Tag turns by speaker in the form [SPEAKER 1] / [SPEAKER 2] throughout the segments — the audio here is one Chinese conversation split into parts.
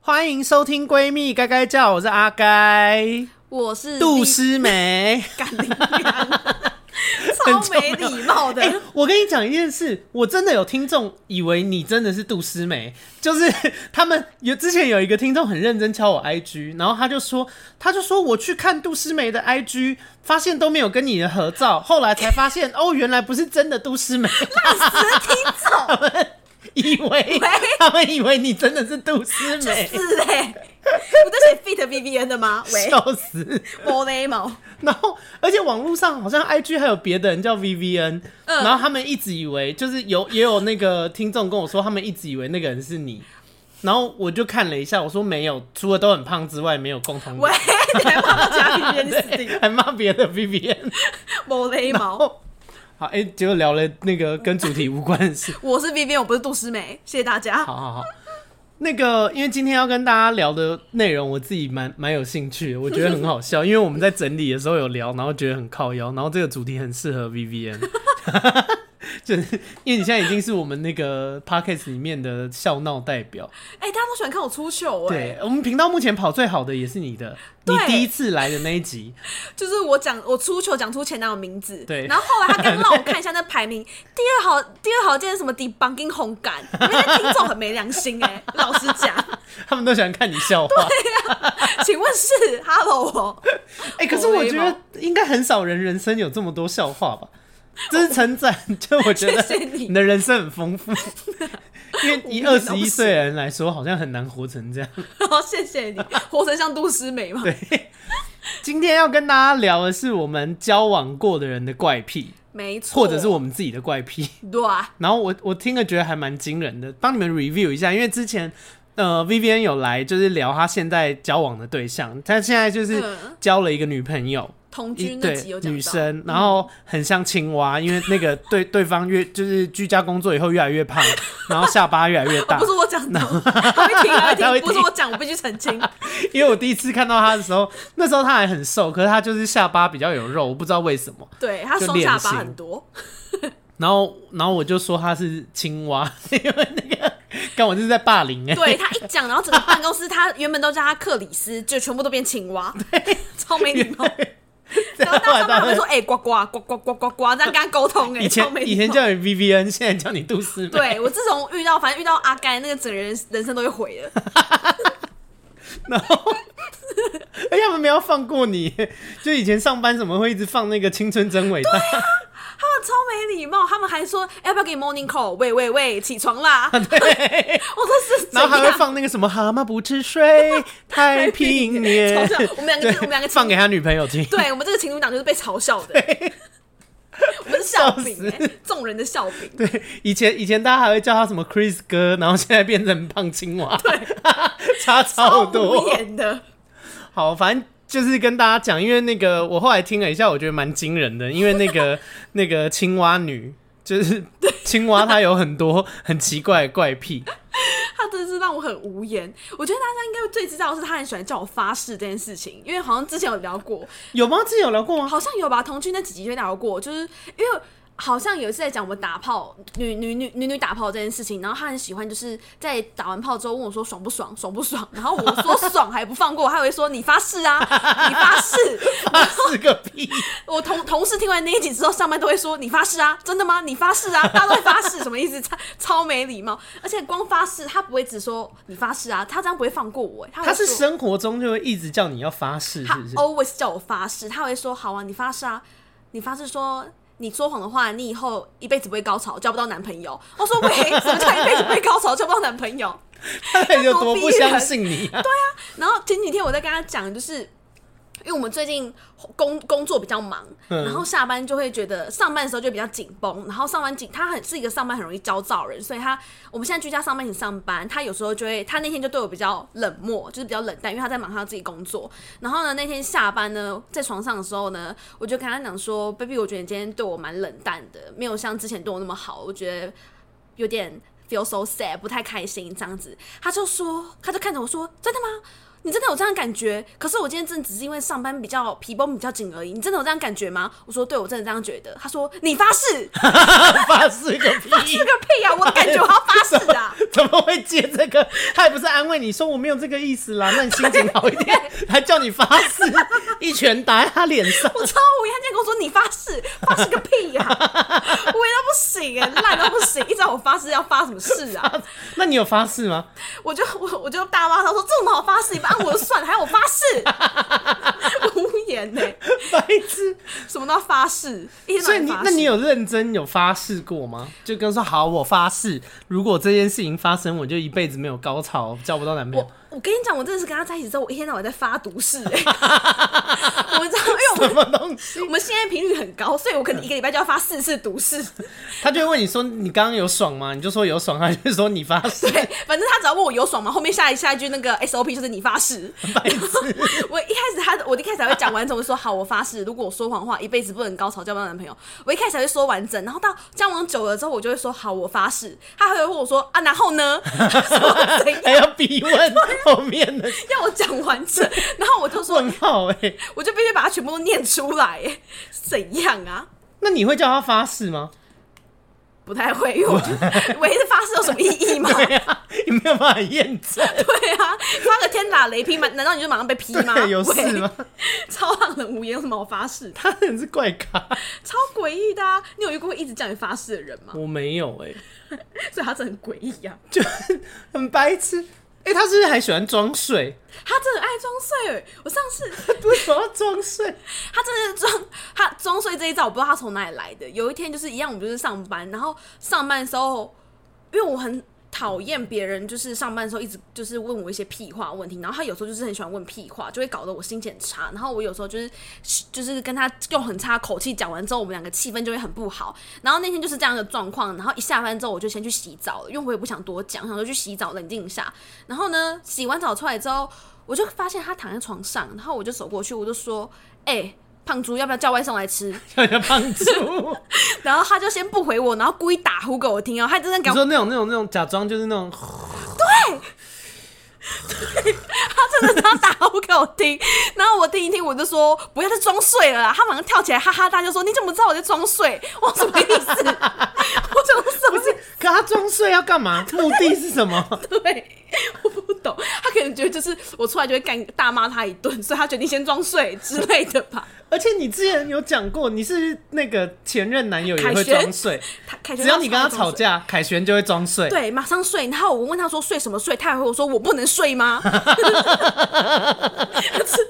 [SPEAKER 1] 欢迎收听《闺蜜该该叫》，我是阿该，
[SPEAKER 2] 我是
[SPEAKER 1] 杜
[SPEAKER 2] 丽
[SPEAKER 1] 诗 梅。
[SPEAKER 2] 干你娘 超没礼貌的
[SPEAKER 1] 哎、。我跟你讲一件事，我真的有听众以为你真的是杜诗梅，就是他们有之前有一个听众很认真敲我 IG，然后他就说，他就说我去看杜诗梅的 IG，发现都没有跟你的合照，后来才发 现哦，原来不是真的杜诗梅，
[SPEAKER 2] 听众
[SPEAKER 1] 以为他们以为你真的是杜诗梅，
[SPEAKER 2] 是嘞，我在写 fit B B N 的吗？喂，
[SPEAKER 1] 笑死。
[SPEAKER 2] 波雷毛，
[SPEAKER 1] 然后，而且网络上好像 IG 还有别的人叫 VVN，、
[SPEAKER 2] 嗯
[SPEAKER 1] 然后他们一直以为就是有也有那个听众跟我说，他们一直以为那个人是你。然后我就看了一下，我说没有，除了都很胖之外，没有共同
[SPEAKER 2] 喂
[SPEAKER 1] 点。，
[SPEAKER 2] 你还骂到 加 B B N 死定
[SPEAKER 1] 对，还骂别的 VVN。
[SPEAKER 2] 波雷毛。
[SPEAKER 1] 哦，好，哎、结果聊了那个跟主题无关的事。
[SPEAKER 2] 我是 B B，我不是杜诗梅，谢谢大家。
[SPEAKER 1] 好好好，那个因为今天要跟大家聊的内容，我自己蛮蛮有兴趣的，我觉得很好笑，因为我们在整理的时候有聊，然后觉得很靠腰，然后这个主题很适合 VVN。就是因为你现在已经是我们那个 podcast 里面的笑闹代表，
[SPEAKER 2] 哎、大家都喜欢看我出糗哎、
[SPEAKER 1] 对我们频道目前跑最好的也是你的，你
[SPEAKER 2] 对
[SPEAKER 1] 第一次来的那一集，
[SPEAKER 2] 就是我讲我出糗讲出前男友名字，
[SPEAKER 1] 对
[SPEAKER 2] 然后后来他刚让我看 一下那排名，第二好第二好竟然是什么 debunking 红感，因为那听众很没良心哎、老实讲，
[SPEAKER 1] 他们都喜欢看你笑话。
[SPEAKER 2] 请问是 hello 哦，
[SPEAKER 1] 哎、可是
[SPEAKER 2] 好
[SPEAKER 1] 我
[SPEAKER 2] 累
[SPEAKER 1] 觉
[SPEAKER 2] 吗
[SPEAKER 1] 得应该很少人人生有这么多笑话吧？这是称赞，就我觉得
[SPEAKER 2] 谢谢你
[SPEAKER 1] 你的人生很丰 富。因为以二十
[SPEAKER 2] 到不
[SPEAKER 1] 一
[SPEAKER 2] 行
[SPEAKER 1] 岁的人来说，好像很难活成这样。
[SPEAKER 2] 好谢 谢你，活成像杜诗梅嘛，
[SPEAKER 1] 今天要跟大家聊的是我们交往过的人的怪癖，
[SPEAKER 2] 没错，
[SPEAKER 1] 或者是我们自己的怪癖。
[SPEAKER 2] 对啊，
[SPEAKER 1] 然后我我听了觉得还蛮惊人的，帮你们 review 一下，因为之前呃 Vivian 有来就是聊她现在交往的对象，她现在就是
[SPEAKER 2] 嗯
[SPEAKER 1] 交了一个女朋友，
[SPEAKER 2] 童
[SPEAKER 1] 一
[SPEAKER 2] 军那集有讲到哦嗯
[SPEAKER 1] 女生，然后很像青蛙，因为那个对对方越就是居家工作以后越来越 胖，然后下巴越来越
[SPEAKER 2] 哦
[SPEAKER 1] 大
[SPEAKER 2] 不。是我讲的，他会听，他
[SPEAKER 1] 他会
[SPEAKER 2] 会
[SPEAKER 1] 听
[SPEAKER 2] 听，不是我讲，我必须澄清。
[SPEAKER 1] 因为我第一次看到他的时候，那时候他还很瘦，可是他就是下巴比较有肉，我不知道为什么。
[SPEAKER 2] 对他
[SPEAKER 1] 就
[SPEAKER 2] 双下
[SPEAKER 1] 脸型
[SPEAKER 2] 巴很多，
[SPEAKER 1] 然后然后我就说他是青蛙， 因为那个跟我就是在 霸凌哎、
[SPEAKER 2] 对他一讲，然后整个办公室他原本都叫他克里斯，就全部都变青蛙，超没礼貌。然后
[SPEAKER 1] 后
[SPEAKER 2] 大
[SPEAKER 1] 来
[SPEAKER 2] 家
[SPEAKER 1] 到
[SPEAKER 2] 上班会说：“哎、呱呱呱呱呱呱呱，这样跟他沟通、哎，
[SPEAKER 1] 以前
[SPEAKER 2] 超没
[SPEAKER 1] 以
[SPEAKER 2] 礼
[SPEAKER 1] 前
[SPEAKER 2] 貌。
[SPEAKER 1] 叫你 VVN，现在叫你杜思美。
[SPEAKER 2] 对我自从遇到，反正遇到阿该那个，整个人人生都会毁了。
[SPEAKER 1] 而哎且他们没有放过你， 就以前上班怎么会一直放那个青春真伟大？
[SPEAKER 2] 他们超没礼貌，他们还说、哎要不要给你 morning call？喂喂喂，起床 啦！ 我说是啊怎
[SPEAKER 1] 然后
[SPEAKER 2] 样？
[SPEAKER 1] 还会放那个什么蛤蟆不吃 水，太平年
[SPEAKER 2] 嘲笑。我们两个
[SPEAKER 1] 对
[SPEAKER 2] 我们两个
[SPEAKER 1] 放给他女朋友听。
[SPEAKER 2] 对我们这个情侣档就是被嘲笑 的，我们是笑柄、哎，众人的笑柄。
[SPEAKER 1] 对，以前以前大家还会叫他什么 Chris 哥，然后现在变成胖青蛙，对， 差超
[SPEAKER 2] 超
[SPEAKER 1] 多哦
[SPEAKER 2] 无。言的，
[SPEAKER 1] 好，反正就是跟大家讲，因为那个我后来听了一下，我觉得蛮惊人的，因为那 个那个青蛙女。就是青蛙，它有很多很奇怪的怪癖，
[SPEAKER 2] 他真的是让我很无言。我觉得大家应该最知道的是他很喜欢叫我发誓这件事情，因为好像之前有聊过，
[SPEAKER 1] 有吗？之前有聊过 吗？
[SPEAKER 2] 好像有吧，同居那几集就聊过，就是因为。好像有一次在讲我们打炮，女女女女女打炮这件事情，然后他很喜欢，就是在打完炮之后问我说爽不爽，爽不爽，然后我说爽还不放过，他还会说你发誓啊，你发誓。
[SPEAKER 1] 是个屁！
[SPEAKER 2] 我同同事听完那一集之后，上班都会说你发誓啊，真的吗？你发誓啊，大家都会发誓，什么意思？超超没礼貌，而且光发誓他不会只说你发誓啊，他这样不会放过我，他会
[SPEAKER 1] 他是
[SPEAKER 2] 说
[SPEAKER 1] 生活中就会一直叫你要发誓，
[SPEAKER 2] 他
[SPEAKER 1] 是不是？
[SPEAKER 2] always 叫我发誓，他会说好啊，你发誓啊，你发誓说你说谎的话，你以后一辈子不会高潮，交不到男朋友。我说喂，什么叫一辈子不会高潮，交不到男朋友？
[SPEAKER 1] 他 到底有多不相信 你啊？
[SPEAKER 2] 然后前几天我在跟他讲，就是。因为我们最近工工作比较忙，
[SPEAKER 1] 嗯
[SPEAKER 2] 然后下班就会觉得上班的时候就比较紧绷，然后上班紧，他很是一个上班很容易焦躁的人，所以他我们现在居家上班，你上班，他有时候就会，他那天就对我比较冷漠，就是比较冷淡，因为他在忙他自己工作。然后呢，那天下班呢，在床上的时候呢，我就跟他讲说，baby，我觉得你今天对我蛮冷淡的，没有像之前对我那么好，我觉得有点 feel so sad，不太开心这样子。他就说，他就看着我说：“真的吗？你真的有这样感觉？可是我今天真的只是因为上班比较皮绷比较紧而已。你真的有这样感觉吗？我说对，我真的这样觉得。他说你发誓，
[SPEAKER 1] 发誓个屁！
[SPEAKER 2] 发誓个屁呀、啊！我感觉我要发誓啊！
[SPEAKER 1] 怎么会接这个？他也不是安慰你说我没有这个意思啦，那你心情好 一点，还叫你发誓，一拳打在他脸上。
[SPEAKER 2] 我超无语，他竟然跟我说你发誓，发誓个屁呀、 无语到不行哎、烂到不行！一直让我发誓要发什么誓啊？
[SPEAKER 1] 那你有发誓吗？
[SPEAKER 2] 我就我我就大骂他说这种好发誓，你不按我就算了，还要我发誓， 我无言呢、
[SPEAKER 1] 白痴！
[SPEAKER 2] 什么都要发誓，一天到
[SPEAKER 1] 所以
[SPEAKER 2] 晚
[SPEAKER 1] 你
[SPEAKER 2] 发
[SPEAKER 1] 那你
[SPEAKER 2] 誓。
[SPEAKER 1] 有认真有发誓过吗？就跟说好，我发誓，如果这件事情发生，我就一辈子没有高潮，交不到男朋友
[SPEAKER 2] 我。我跟你讲，我真的是跟他在一起之后，我一天到晚在发毒誓、 欸。我知道，因为我们
[SPEAKER 1] 什么嗯东西？
[SPEAKER 2] 我们现在频率很高，所以我可能一个礼拜就要发四次毒誓。
[SPEAKER 1] 他就会问你说你刚刚有爽吗？你就说有爽，他就说你发誓。
[SPEAKER 2] 对，哎反正他只要问我有爽吗，后面下一下一句那个 SOP 就是你发誓。
[SPEAKER 1] 白痴！
[SPEAKER 2] 我一开始他我一开始还会讲完整，我就说好我发誓，如果我说谎话，一辈子不能高潮交不到男朋友。我一开始还会说完整，然后到交往久了之后，我就会说好我发誓。他还会问我说啊，然后呢？ 说怎
[SPEAKER 1] 还
[SPEAKER 2] 样
[SPEAKER 1] 要逼问后面的
[SPEAKER 2] 要我讲完整？然后我就说
[SPEAKER 1] 问，号哎、
[SPEAKER 2] 我就必须把它全部都念出来，哎怎样啊？
[SPEAKER 1] 那你会叫他发誓吗？
[SPEAKER 2] 不太会，因为我觉得 我一直发誓有什么意义吗？
[SPEAKER 1] 对啊，你没有办法验证，
[SPEAKER 2] 对啊，发个天打雷劈嘛？难道你就马上被劈吗？
[SPEAKER 1] 有
[SPEAKER 2] 喂
[SPEAKER 1] 事吗？
[SPEAKER 2] 超让人无言，有什么好发誓？
[SPEAKER 1] 他真的是怪咖，
[SPEAKER 2] 超诡异的啊！你有遇过一直叫你发誓的人吗？
[SPEAKER 1] 我没有哎、
[SPEAKER 2] 所以他真的很诡异啊！
[SPEAKER 1] 就很白痴。哎、他是不是还喜欢装睡？
[SPEAKER 2] 他真的很爱装睡。我上次
[SPEAKER 1] 为什么要装睡？
[SPEAKER 2] 他真的是装他装睡这一招，我不知道他从哪里来的。有一天就是一样，我们就是上班，然后上班的时候，因为我很讨厌别人，就是上班的时候一直就是问我一些屁话问题，然后他有时候就是很喜欢问屁话，就会搞得我心情很差。然后我有时候就是呃就是跟他用很差口气讲完之后，我们两个气氛就会很不好。然后那天就是这样的状况，然后一下班之后我就先去洗澡了，因为我也不想多讲，想说去洗澡冷静一下。然后呢，洗完澡出来之后，我就发现他躺在床上，然后我就走过去，我就说：“哎、胖猪，要不要叫外送来吃
[SPEAKER 1] 叫人家帮 助。？”
[SPEAKER 2] 然后他就先不回我，然后故意打呼给我听哦，他真的
[SPEAKER 1] 你
[SPEAKER 2] 给我，
[SPEAKER 1] 说那种那种那种假装就是那种，
[SPEAKER 2] 他真的这样打呼给我听。然后我听一听，我就说：“不要再装睡了啦！”他马上跳起来，哈哈大笑说：“你怎么知道我在装睡？我什么意思？” 我怎么什么意思？
[SPEAKER 1] 可他装睡要干嘛？目的是什么？
[SPEAKER 2] 对，我不懂，他可能觉得就是我出来就会干大骂他一顿，所以他决定先装睡之类的 吧。
[SPEAKER 1] 而且你之前有讲过，你是那个前任男友也
[SPEAKER 2] 凯
[SPEAKER 1] 会
[SPEAKER 2] 旋
[SPEAKER 1] 装 睡，
[SPEAKER 2] 他凯旋
[SPEAKER 1] 只要你跟他
[SPEAKER 2] 要装
[SPEAKER 1] 吵
[SPEAKER 2] 睡
[SPEAKER 1] 架，凯旋就会装睡。
[SPEAKER 2] 对，马上睡。然后我问他说睡什么睡，他还回我说我不能睡 吗？ 是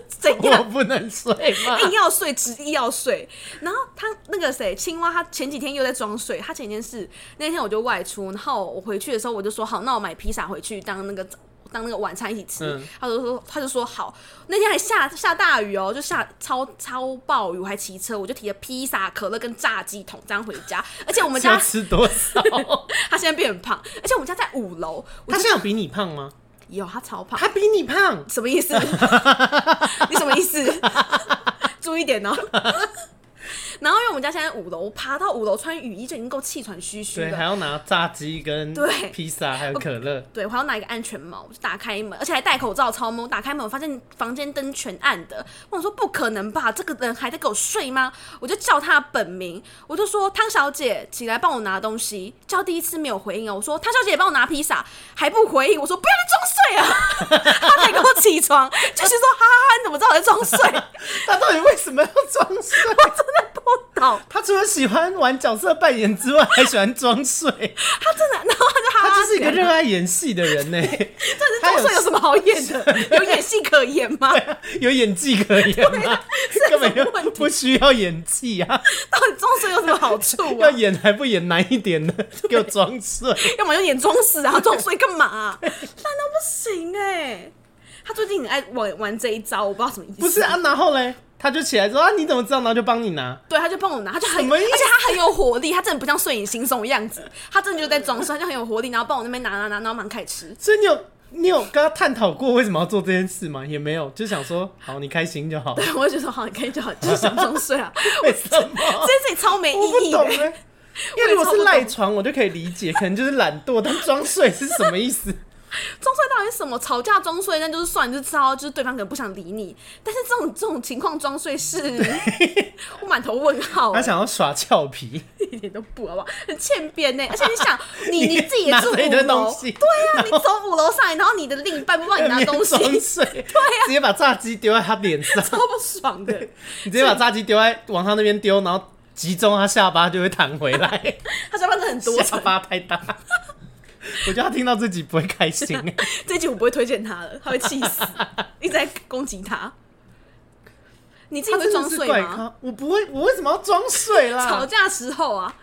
[SPEAKER 2] 怎
[SPEAKER 1] 我
[SPEAKER 2] 样？
[SPEAKER 1] 不能睡吗？
[SPEAKER 2] 硬要睡，执意要睡。然后他那个谁，青蛙，他前几天又在装睡。他前几天是那天我就外出，然后我回去的时候我就说好，那我买披萨回去当那个。当那个晚餐一起吃，
[SPEAKER 1] 嗯
[SPEAKER 2] 他就说他就说好，那天还下下大雨哦，就下超超暴雨，我还骑车，我就提着披萨、可乐跟炸鸡桶这样回家，而且我 们
[SPEAKER 1] 是要
[SPEAKER 2] 家
[SPEAKER 1] 吃多少？
[SPEAKER 2] 他现在变很胖，而且我们家在五楼，我
[SPEAKER 1] 他
[SPEAKER 2] 就
[SPEAKER 1] 现在有比你胖吗？
[SPEAKER 2] 有他超胖，
[SPEAKER 1] 他比你胖，
[SPEAKER 2] 什么意思？你什么意思？注意点哦。 然后因为我们家现在五楼，爬到五楼穿雨衣就已经够气喘吁吁
[SPEAKER 1] 对，还
[SPEAKER 2] 了。
[SPEAKER 1] 要拿炸鸡跟
[SPEAKER 2] 对
[SPEAKER 1] 披萨还有可乐，
[SPEAKER 2] 对，我还要拿一个安全帽，我就打开门，而且还戴口罩，超懵。打开门，我发现房间灯全暗的。我想说不可能吧，这个人还在给我睡吗？我就叫他本名，我就说汤小姐起来帮我拿东西。叫第一次没有回应哦，我说汤小姐帮我拿披萨，还不回应，我说不要再装睡啊！ 他才给我起床，就是说哈哈哈，你怎么知道我在装睡？
[SPEAKER 1] 他到底为什么要装睡？
[SPEAKER 2] 不懂，
[SPEAKER 1] 他除了喜欢玩角色扮演之外，还喜欢装睡。
[SPEAKER 2] 他真的，然后他就哈哈
[SPEAKER 1] 他就是一个
[SPEAKER 2] 笑
[SPEAKER 1] 热爱演戏的人呢，
[SPEAKER 2] 但是装睡有什么好演的？有演戏可言 吗？
[SPEAKER 1] 有演技可言吗？
[SPEAKER 2] 是有
[SPEAKER 1] 根
[SPEAKER 2] 什
[SPEAKER 1] 本
[SPEAKER 2] 么
[SPEAKER 1] 就
[SPEAKER 2] 问题
[SPEAKER 1] 不？需要演技啊！
[SPEAKER 2] 到底装睡有什么好处
[SPEAKER 1] 要
[SPEAKER 2] 啊？
[SPEAKER 1] 演还不演难一点呢，给我装睡。
[SPEAKER 2] 要么就演装死啊，装睡干嘛、烂到不行哎、他最近很爱玩玩这一招，我不知道什么意思。
[SPEAKER 1] 不是啊，，然后嘞，他就起来说啊，你怎么知道？然后就帮你拿。
[SPEAKER 2] 对，他就帮我拿，他就很，
[SPEAKER 1] 什
[SPEAKER 2] 而
[SPEAKER 1] 么意思
[SPEAKER 2] 且他很有活力，他真的不像睡眼惺忪的样子，他真的就在装睡，他就很有活力，然后帮我那边拿拿拿，然后蛮开始吃。
[SPEAKER 1] 所以你有你有跟他探讨过为什么要做这件事吗？也没有，就想说好，你开心就好。
[SPEAKER 2] 对，我就觉得说好，你可以就好，就是想装 睡啊，
[SPEAKER 1] 为什么
[SPEAKER 2] 这？件事情超没
[SPEAKER 1] 哎我不
[SPEAKER 2] 意义的、
[SPEAKER 1] 懂哎、
[SPEAKER 2] 哦
[SPEAKER 1] 因为如果是赖床，我就可以理解，可能就是懒惰。但装睡是什么意思？
[SPEAKER 2] 装睡到底是什么？吵架装睡，那就是算，你就知道就是对方可能不想理你。但是这种这种情况装 睡是，我满头问号欸
[SPEAKER 1] 他，想要耍俏皮，
[SPEAKER 2] 一点都不好不好，很欠 扁呢。而且你想，你你自己也
[SPEAKER 1] 拿
[SPEAKER 2] 住
[SPEAKER 1] 着一
[SPEAKER 2] 五
[SPEAKER 1] 堆东
[SPEAKER 2] 楼，
[SPEAKER 1] 西，
[SPEAKER 2] 对啊，你走五楼上来，然后你的另一半不帮你拿东 西， 啊
[SPEAKER 1] 在那边装睡，对呀、直接把炸鸡丢在他脸上，
[SPEAKER 2] 超不爽的。
[SPEAKER 1] 你直接把炸鸡丢在往他那边丢，然后集中他下巴就会弹回来，
[SPEAKER 2] 他下巴真的很 多
[SPEAKER 1] 下
[SPEAKER 2] 层，
[SPEAKER 1] 巴太大。 我觉得他听到自己不会开心，欸
[SPEAKER 2] 这一集我不会推荐他了，他会气死，一直在攻击他。你自己
[SPEAKER 1] 他
[SPEAKER 2] 会
[SPEAKER 1] 真
[SPEAKER 2] 装
[SPEAKER 1] 的是
[SPEAKER 2] 睡
[SPEAKER 1] 怪
[SPEAKER 2] 吗？
[SPEAKER 1] 咖。我不会，我为什么要装睡
[SPEAKER 2] 吵
[SPEAKER 1] 啦？
[SPEAKER 2] 架时候啊，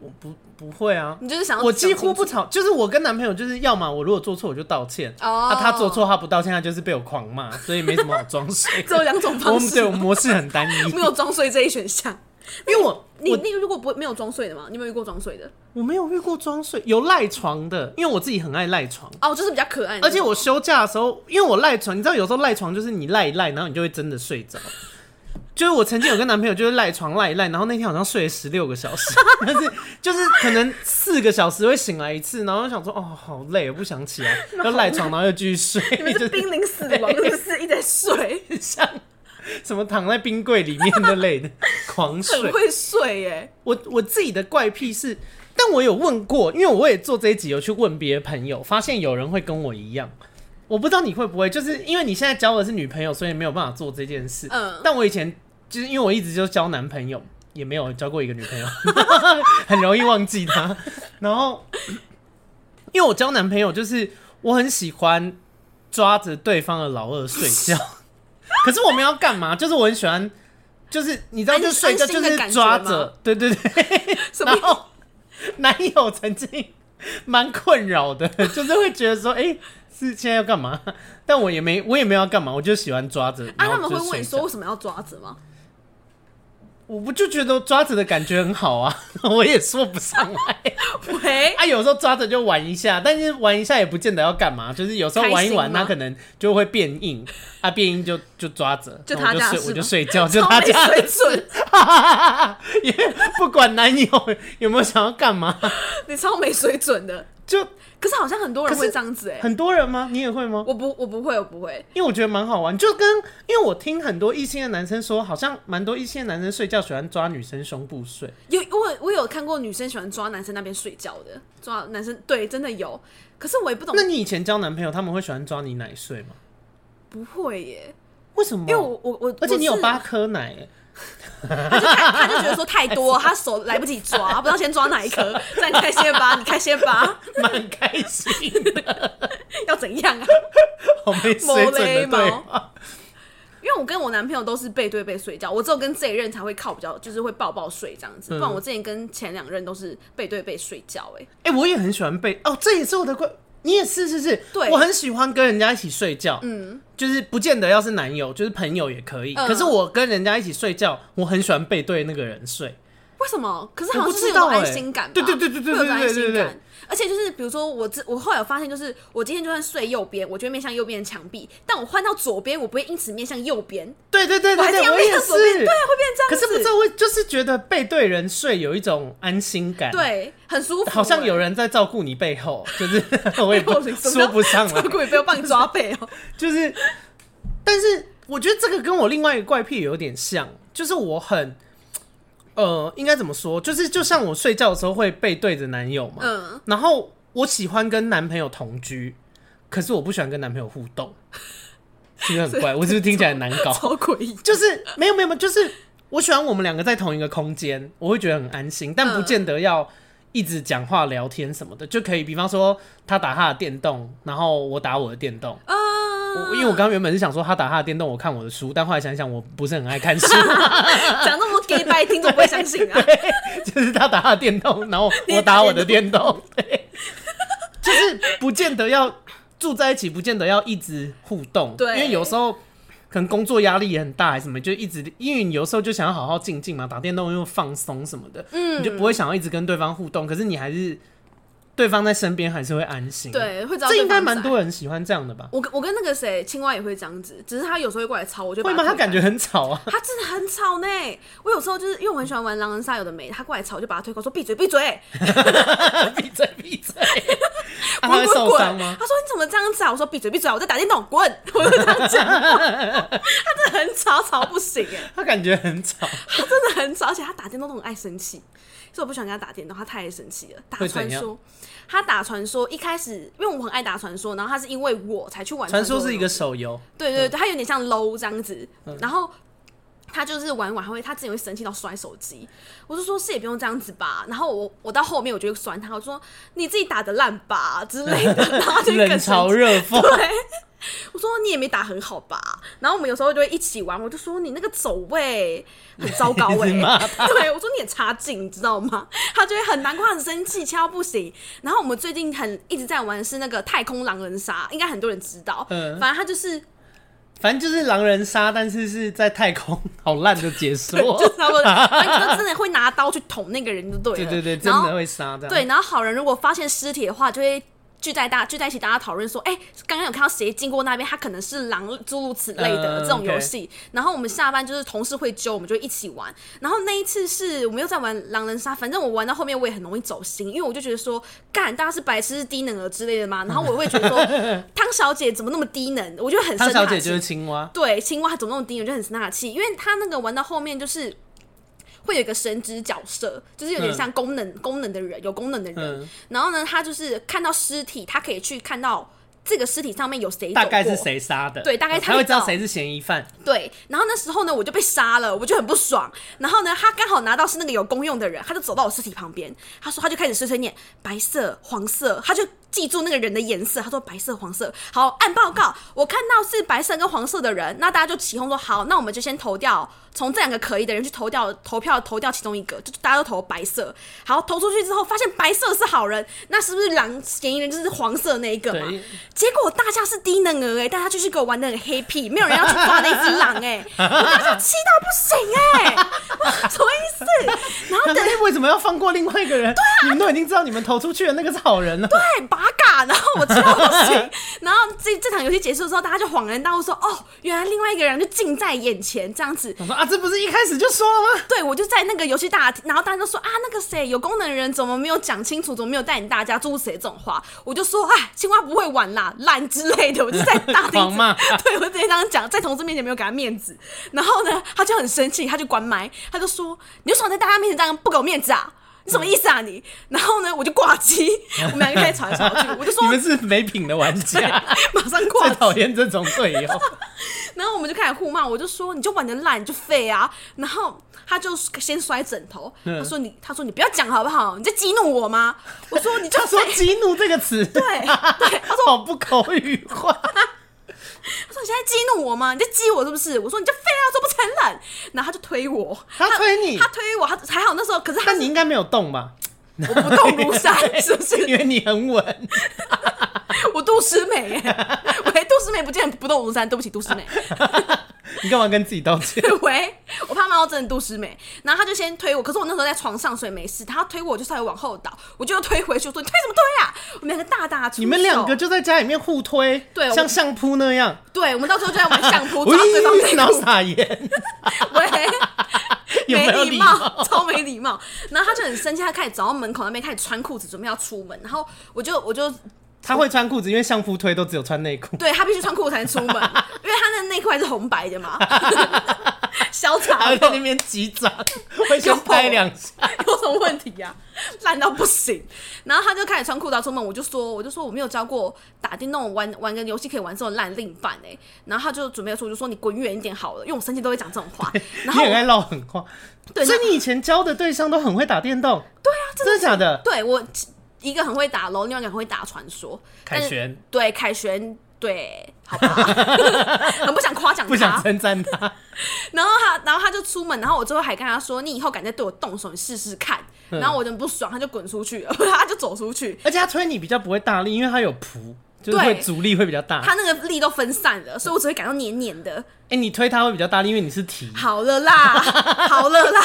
[SPEAKER 1] 我不不会啊，
[SPEAKER 2] 你就是想要
[SPEAKER 1] 我几
[SPEAKER 2] 讲清
[SPEAKER 1] 乎
[SPEAKER 2] 楚
[SPEAKER 1] 不吵，就是我跟男朋友就是要么我如果做错我就道歉，
[SPEAKER 2] 哦
[SPEAKER 1] 啊他做错他不道歉，他就是被我狂骂，所以没什么好装睡
[SPEAKER 2] 。只有两种
[SPEAKER 1] 我
[SPEAKER 2] 方
[SPEAKER 1] 们
[SPEAKER 2] 式
[SPEAKER 1] 对我
[SPEAKER 2] 吗，
[SPEAKER 1] 们模式很单一，
[SPEAKER 2] 没有装睡这一选项。
[SPEAKER 1] 因为我
[SPEAKER 2] 你
[SPEAKER 1] 我
[SPEAKER 2] 那个如果不没有装睡的吗？你有没有遇过装睡的？
[SPEAKER 1] 我没有遇过装睡，有赖床的，因为我自己很爱赖床。
[SPEAKER 2] 哦，就是比较可爱的那
[SPEAKER 1] 而
[SPEAKER 2] 种，
[SPEAKER 1] 且我休假的时候，因为我赖床，你知道有时候赖床就是你赖一赖，然后你就会真的睡着。就是我曾经有跟男朋友就是赖床赖一赖，然后那天好像睡了十六个小时， 但是就是可能四个小时会醒来一次，然后就想说哦好累，我不想起来，要赖床，然后又继续睡，
[SPEAKER 2] 你们
[SPEAKER 1] 就是
[SPEAKER 2] 濒临死 亡，是不是一直在睡，
[SPEAKER 1] 是像什么躺在冰柜里面的类的狂
[SPEAKER 2] 很
[SPEAKER 1] 睡。
[SPEAKER 2] 会睡耶。
[SPEAKER 1] 我我自己的怪癖是，但我有问过，因为我也做这一集有去问别的朋友，发现有人会跟我一样。我不知道你会不会，就是因为你现在交的是女朋友，所以没有办法做这件事。
[SPEAKER 2] 嗯
[SPEAKER 1] 但我以前就是因为我一直就交男朋友，也没有交过一个女朋友， 很容易忘记他。然后，因为我交男朋友，就是我很喜欢抓着对方的老二睡觉， 可是我们要干嘛？就是我很喜欢，就是你知道，
[SPEAKER 2] 安
[SPEAKER 1] 就是睡觉
[SPEAKER 2] 哎安
[SPEAKER 1] 就
[SPEAKER 2] 心的
[SPEAKER 1] 是
[SPEAKER 2] 感觉
[SPEAKER 1] 抓
[SPEAKER 2] 吗
[SPEAKER 1] 着，对对对。
[SPEAKER 2] 什
[SPEAKER 1] 然
[SPEAKER 2] 么？
[SPEAKER 1] 后男友曾经蛮困扰的， 就是会觉得说，哎、是现在要干嘛？但我也没，我也没有要干嘛，我就喜欢抓着。
[SPEAKER 2] 啊，
[SPEAKER 1] 然后
[SPEAKER 2] 他们
[SPEAKER 1] 就
[SPEAKER 2] 会问你
[SPEAKER 1] 睡
[SPEAKER 2] 说
[SPEAKER 1] 着
[SPEAKER 2] 为什么要抓着吗？
[SPEAKER 1] 我不就觉得抓着的感觉很好啊， 我也说不上来
[SPEAKER 2] 喂，
[SPEAKER 1] 啊。有时候抓着就玩一下，但是玩一下也不见得要干嘛，就是有时候玩一玩，
[SPEAKER 2] 开心吗
[SPEAKER 1] 它可能就会变硬，啊，变硬就就抓着，
[SPEAKER 2] 就
[SPEAKER 1] 然后
[SPEAKER 2] 他家
[SPEAKER 1] 我就睡，我就
[SPEAKER 2] 是吗
[SPEAKER 1] 睡 觉，就
[SPEAKER 2] 超
[SPEAKER 1] 他
[SPEAKER 2] 没
[SPEAKER 1] 家
[SPEAKER 2] 水准，
[SPEAKER 1] 也不管男友有没有想要干嘛，
[SPEAKER 2] 你超没水准的。
[SPEAKER 1] 就
[SPEAKER 2] 可是好像很多人
[SPEAKER 1] 可
[SPEAKER 2] 会
[SPEAKER 1] 是
[SPEAKER 2] 这样子哎，
[SPEAKER 1] 很多人吗？你也会吗？
[SPEAKER 2] 我不，我不会，我不会。
[SPEAKER 1] 因为我觉得蛮好玩，就跟因为我听很多异性的男生说，好像蛮多异性的男生睡觉喜欢抓女生胸部睡，
[SPEAKER 2] 有我有我有看过女生喜欢抓男生那边睡觉的，抓男生对，真的有。可是我也不懂
[SPEAKER 1] 那，你以前交男朋友他们会喜欢抓你奶睡吗？
[SPEAKER 2] 不会耶，
[SPEAKER 1] 为什么？
[SPEAKER 2] 因为我我我，
[SPEAKER 1] 哦而且你有
[SPEAKER 2] 我是
[SPEAKER 1] 八，颗奶、欸，
[SPEAKER 2] 他就看 他就觉得说太 多，他手来不及抓，他不知道先抓哪一颗， 再开先吧，你开先吧，
[SPEAKER 1] 蛮开心的，
[SPEAKER 2] 要怎样啊？
[SPEAKER 1] 好没水 准的对
[SPEAKER 2] 某
[SPEAKER 1] 话。
[SPEAKER 2] 因为我跟我男朋友都是背对背睡觉，我只有跟这一任才会靠比较，就是会抱抱睡这样
[SPEAKER 1] 嗯
[SPEAKER 2] 子，不然我之前跟前两任都是背对背睡觉、欸。
[SPEAKER 1] 哎、我也很喜欢被哦，这也是我的怪，你也是是是，
[SPEAKER 2] 对
[SPEAKER 1] 我很喜欢跟人家一起睡觉，嗯，就是不见得要是男友，就是朋友也可以。
[SPEAKER 2] 嗯
[SPEAKER 1] 可是我跟人家一起睡觉，我很喜欢背对那个人睡。
[SPEAKER 2] 为什么？可是
[SPEAKER 1] 我
[SPEAKER 2] 好
[SPEAKER 1] 不
[SPEAKER 2] 像就
[SPEAKER 1] 知
[SPEAKER 2] 是有种
[SPEAKER 1] 道
[SPEAKER 2] 安
[SPEAKER 1] 欸
[SPEAKER 2] 心感吧，
[SPEAKER 1] 对对对对对
[SPEAKER 2] 会有种
[SPEAKER 1] 对
[SPEAKER 2] 安
[SPEAKER 1] 对对
[SPEAKER 2] 心
[SPEAKER 1] 对
[SPEAKER 2] 感。而且就是比如说我之我后来有发现，就是我今天就算睡右边，我就会面向右边的墙壁，但我换到左边，我不会因此面向右边，
[SPEAKER 1] 对对对
[SPEAKER 2] 我还
[SPEAKER 1] 对
[SPEAKER 2] 是
[SPEAKER 1] 对，
[SPEAKER 2] 要
[SPEAKER 1] 我
[SPEAKER 2] 面
[SPEAKER 1] 也
[SPEAKER 2] 向左边，
[SPEAKER 1] 是
[SPEAKER 2] 对，。啊会变这样
[SPEAKER 1] 可
[SPEAKER 2] 子。
[SPEAKER 1] 是不知道为，就是觉得背对人睡有一种安心感，，
[SPEAKER 2] 对，很舒服欸、
[SPEAKER 1] 好像 有人在照顾你背后，就是 我也不
[SPEAKER 2] 背后什么
[SPEAKER 1] 说不上
[SPEAKER 2] 照
[SPEAKER 1] 来，
[SPEAKER 2] 顾也不要帮你抓背哦、
[SPEAKER 1] 就是，但是我觉得这个跟我另外一个怪癖有点像，就是我很，呃，应该怎么说，就是就像我睡觉的时候会背对着男友嘛，
[SPEAKER 2] 嗯，
[SPEAKER 1] 然后我喜欢跟男朋友同居，可是我不喜欢跟男朋友互动，是不是很怪？我是不是听起来很难搞？
[SPEAKER 2] 超诡异。
[SPEAKER 1] 就是没有没有没有，就是我喜欢我们两个在同一个空间，我会觉得很安心，但不见得要一直讲话聊天什么的，就可以。比方说他打他的电动，然后我打我的电动。我因为我刚刚原本是想说他打他的电动，我看我的书，但后来想想我不是很爱看书，
[SPEAKER 2] 讲那么 gay 拜，听众不会相信啊。
[SPEAKER 1] 就是他打他的电动， 然后
[SPEAKER 2] 你
[SPEAKER 1] 我打我的
[SPEAKER 2] 打
[SPEAKER 1] 电
[SPEAKER 2] 电
[SPEAKER 1] 动，对， 就是不见得要住在一起，不见得要一直互动，
[SPEAKER 2] 对
[SPEAKER 1] 因为有时候可能工作压力也很大，还是什么，就一直因为你有时候就想要好好静静嘛，打电动又放松什么的，嗯，你就不会想要一直跟对方互动，可是你还是对方在身边还是会安心，，
[SPEAKER 2] 对，会知道
[SPEAKER 1] 这
[SPEAKER 2] 对
[SPEAKER 1] 应该
[SPEAKER 2] 方
[SPEAKER 1] 蛮
[SPEAKER 2] 在
[SPEAKER 1] 多人喜欢这样的吧？
[SPEAKER 2] 我跟我跟那个谁青蛙也会这样子，只是他有时候会过来吵，我就把
[SPEAKER 1] 会吗？他
[SPEAKER 2] 推开
[SPEAKER 1] 感觉很吵啊，
[SPEAKER 2] 他真的很吵呢。我有时候就是因为我很喜 欢玩狼人杀，有的没，他过来吵我就把他推开，说闭嘴闭嘴。
[SPEAKER 1] 闭嘴闭嘴，啊、他
[SPEAKER 2] 滚
[SPEAKER 1] 会
[SPEAKER 2] 滚
[SPEAKER 1] 受
[SPEAKER 2] 滚！
[SPEAKER 1] 伤吗？
[SPEAKER 2] 他说你怎么这样子啊？我说闭嘴闭嘴啊！我在打电动，滚！我就这样讲话，他真的很吵，吵不行哎，
[SPEAKER 1] 他感觉很吵，
[SPEAKER 2] 他真的很吵，而且他打电动都很爱生气，所以我不喜欢跟他打电动，他太爱生气了。打
[SPEAKER 1] 会
[SPEAKER 2] 传
[SPEAKER 1] 怎样
[SPEAKER 2] 说，他打传说一开始，因为我很爱打传说，然后他是因为我才去玩
[SPEAKER 1] 传
[SPEAKER 2] 说
[SPEAKER 1] 说
[SPEAKER 2] 的
[SPEAKER 1] 是一
[SPEAKER 2] 游
[SPEAKER 1] 个
[SPEAKER 2] 戏
[SPEAKER 1] 手游，
[SPEAKER 2] 对对对，他有点像 low 这样子，
[SPEAKER 1] 嗯
[SPEAKER 2] 然后。他就是玩一玩，他会他自己会生气到摔手机。我就说是也不用这样子吧。然后我我到后面我就会酸他，我说你自己打的烂吧之类的， 然 后他就更
[SPEAKER 1] 冷
[SPEAKER 2] 生
[SPEAKER 1] 嘲
[SPEAKER 2] 气
[SPEAKER 1] 热讽。
[SPEAKER 2] 我说你也没打很好吧，然后我们有时候就会一起玩，我就说你那个走位很糟糕 哎、
[SPEAKER 1] 一直骂
[SPEAKER 2] 对我说你也差劲，你知道吗？他就会很难过，很生气，气到不行。然后我们最近很一直在玩的是那个太空狼人杀，应该很多人知道，
[SPEAKER 1] 嗯
[SPEAKER 2] 反正他就是
[SPEAKER 1] 反正就是狼人杀，但是是在太空，好烂的解说。
[SPEAKER 2] 就是他 说，反正就真的会拿刀去捅那个人就
[SPEAKER 1] 对
[SPEAKER 2] 对了，
[SPEAKER 1] 对对，真
[SPEAKER 2] 然后
[SPEAKER 1] 的会杀这样。
[SPEAKER 2] 对，然后好人如果发现尸体的话，就会聚在大聚在一起，大家讨论说，哎、刚刚有看到谁经过那边，他可能是狼，诸如此类的、
[SPEAKER 1] 嗯
[SPEAKER 2] 这种游
[SPEAKER 1] OK
[SPEAKER 2] 戏。然后我们下班就是同事会揪，我们就一起玩。然后那一次是我们又在玩狼人杀，反正我玩到后面我也很容易走心，因为我就觉得说，干大家是白痴、是低能儿之类的嘛。然后我会觉 得说，汤小姐怎么那么低能？我就很生
[SPEAKER 1] 汤小
[SPEAKER 2] 她
[SPEAKER 1] 姐
[SPEAKER 2] 气
[SPEAKER 1] 就是青蛙，
[SPEAKER 2] 对，青蛙怎么那么低，我就很生他的气，因为他那个玩到后面就是。会有一个神职角色，就是有点
[SPEAKER 1] 嗯
[SPEAKER 2] 像功能、功能的人，有功能的人。
[SPEAKER 1] 嗯
[SPEAKER 2] 然后呢，他就是看到尸体，他可以去看到这个尸体上面有谁走
[SPEAKER 1] 大概
[SPEAKER 2] 过
[SPEAKER 1] 是谁杀的？
[SPEAKER 2] 对大概他哦
[SPEAKER 1] 他会知道
[SPEAKER 2] 会知道
[SPEAKER 1] 谁是嫌疑犯。
[SPEAKER 2] 对，然后那时候呢，我就被杀了，我就很不爽。然后呢，他刚好拿到是那个有公用的人，他就走到我尸体旁边，他说他就开始碎碎念白色、黄色，他就记住那个人的颜色，他说白色、黄色。好，按报告，我看到是白色跟黄色的人，那大家就起哄说好，那我们就先投掉，从这两个可疑的人去投掉，投票投掉其中一个，就大家都投白色。好，投出去之后发现白色是好人，那是不是狼嫌疑人就是黄色那一个嘛？
[SPEAKER 1] 对，
[SPEAKER 2] 结果大家是低能儿哎、大家就是给我玩的很黑屁，没有人要去抓那只狼哎、我当时气到不行哎、什么意思？然后
[SPEAKER 1] 他说：“
[SPEAKER 2] 等
[SPEAKER 1] 哎，为什么要放过另外一个人？
[SPEAKER 2] 啊
[SPEAKER 1] 你们都已经知道你们投出去的那个是好人了。
[SPEAKER 2] 太拔嘎，然后我气到不行，然后这这场游戏结束之后，大家就恍然大悟说哦，原来另外一个人就近在眼前这样子”。
[SPEAKER 1] 我说：“啊，这不是一开始就说了吗
[SPEAKER 2] 对，我就在那个游戏大厅，然后大家都说啊，那个谁有功能的人怎么没有讲清楚，怎么没有带领大家，诸如此类这种话，我就说哎，青蛙不会玩啦，烂之类的，我就在 大厅
[SPEAKER 1] 狂骂
[SPEAKER 2] 对我直接这样讲，在同事面前没有给他面子，然后呢，他就很生气，他就关麦，他就说你为什么在大家面前这样不给我面子啊？你什么意思啊你？然后呢，我就挂机，我们两个开始吵来吵去，我就？”说
[SPEAKER 1] 你们是没品的玩家，
[SPEAKER 2] 马上挂
[SPEAKER 1] 最
[SPEAKER 2] 机。
[SPEAKER 1] 讨厌这种队 友。
[SPEAKER 2] 然后我们就开始互骂，我就说你就玩的烂，你就废啊。然后他就先摔枕头，
[SPEAKER 1] 嗯
[SPEAKER 2] 他说你，他说你不要讲好不好？你在激怒我吗？我说你就
[SPEAKER 1] 他说
[SPEAKER 2] 废
[SPEAKER 1] “激怒”这个词，对
[SPEAKER 2] 对对，他说
[SPEAKER 1] 好不口语化。
[SPEAKER 2] 他说你现在激怒我吗？你在激我是不是？我说你就废啊，说不承认。然后他就推我，
[SPEAKER 1] 他推你
[SPEAKER 2] 他，推我，他还好那时候，可是他
[SPEAKER 1] 但
[SPEAKER 2] 是
[SPEAKER 1] 你应该没有动吧？
[SPEAKER 2] 我不动如 山，是不是？
[SPEAKER 1] 因为你很稳。
[SPEAKER 2] 我杜诗美耶， 喂，杜诗美不见得不动如山，对不起，杜诗美。
[SPEAKER 1] 你干嘛跟自己道歉？
[SPEAKER 2] 喂，我怕骂到真的杜诗美，然后他就先推我，可是我那时候在床上，所以没事。他推我就稍微往后倒，我就又推回去，我说你推什么推啊？我们两个大大出手
[SPEAKER 1] 你们两个就在家里面互推，
[SPEAKER 2] 对我
[SPEAKER 1] 像相扑那样，
[SPEAKER 2] 对，我们到时候就在玩 相扑，抓对方内
[SPEAKER 1] 喂，然后
[SPEAKER 2] 裤。
[SPEAKER 1] 撒 盐，
[SPEAKER 2] 喂，
[SPEAKER 1] 有没有
[SPEAKER 2] 礼
[SPEAKER 1] 礼
[SPEAKER 2] 貌
[SPEAKER 1] 貌？
[SPEAKER 2] 超没礼貌。然后他就很生气，他开始走到门口那边，开始穿裤子，准备要出门。然后我就我就
[SPEAKER 1] 他会穿裤子，因为相扑推都只有穿内裤。
[SPEAKER 2] 对他必须穿裤子才能出门，因为他那内裤还是红白的 嘛， 小
[SPEAKER 1] 还
[SPEAKER 2] 茶
[SPEAKER 1] 会
[SPEAKER 2] 肉
[SPEAKER 1] 在那边击掌， 会先拍两下。
[SPEAKER 2] 有什么问题呀、 烂到不行。然后他就开始穿裤裆出门，我就说，我就说我没有教过打电动玩玩个游戏可以玩这种烂另一半哎、然后他就准备说，我就说你滚远一点好了，因为我生气都会讲这种 话。
[SPEAKER 1] 你
[SPEAKER 2] 然后
[SPEAKER 1] 很爱唠狠话，
[SPEAKER 2] 对
[SPEAKER 1] 所以你以前教的对象都很会打电动。对啊，真的假的？
[SPEAKER 2] 对我一个很会打楼，另外一个很会打传说。
[SPEAKER 1] 凯旋
[SPEAKER 2] 但是对凯旋对，好吧，很不想夸奖他，
[SPEAKER 1] 不想称赞他，
[SPEAKER 2] 然后他，然后他就出门，然后我最后还跟他说：“你以后敢再对我动手，你试试看。”
[SPEAKER 1] 嗯
[SPEAKER 2] 然后我就很不爽，他就滚出去了， 他就走出去，
[SPEAKER 1] 而且他推你比较不会大力，因为他有蹼，就是会
[SPEAKER 2] 对
[SPEAKER 1] 阻力会比较大。
[SPEAKER 2] 他那个力都分散了，所以我只会感到黏黏的。
[SPEAKER 1] 哎、你推他会比较大力，因为你是蹄。
[SPEAKER 2] 好了啦，好了啦，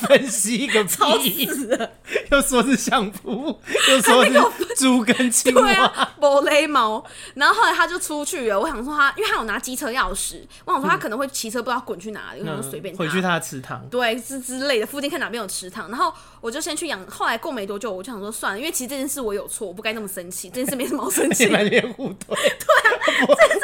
[SPEAKER 1] 分析个
[SPEAKER 2] 吵
[SPEAKER 1] 屁！
[SPEAKER 2] 死了。
[SPEAKER 1] 又说是相扑，又说是猪跟青蛙，
[SPEAKER 2] 对啊，波雷毛。然后后来他就出去了，我想说他，因为他有拿机车钥匙，我想说他可能会骑车不知道滚去哪里，我想说随便
[SPEAKER 1] 嗯回去他的池塘。
[SPEAKER 2] 对之之类的，附近看哪边有池塘，然后我就先去养。后来过没多久，我就想说算了，因为其实这件事我有错，我不该那么生气，这件事没什么好生气
[SPEAKER 1] 你。们也互 怼， 对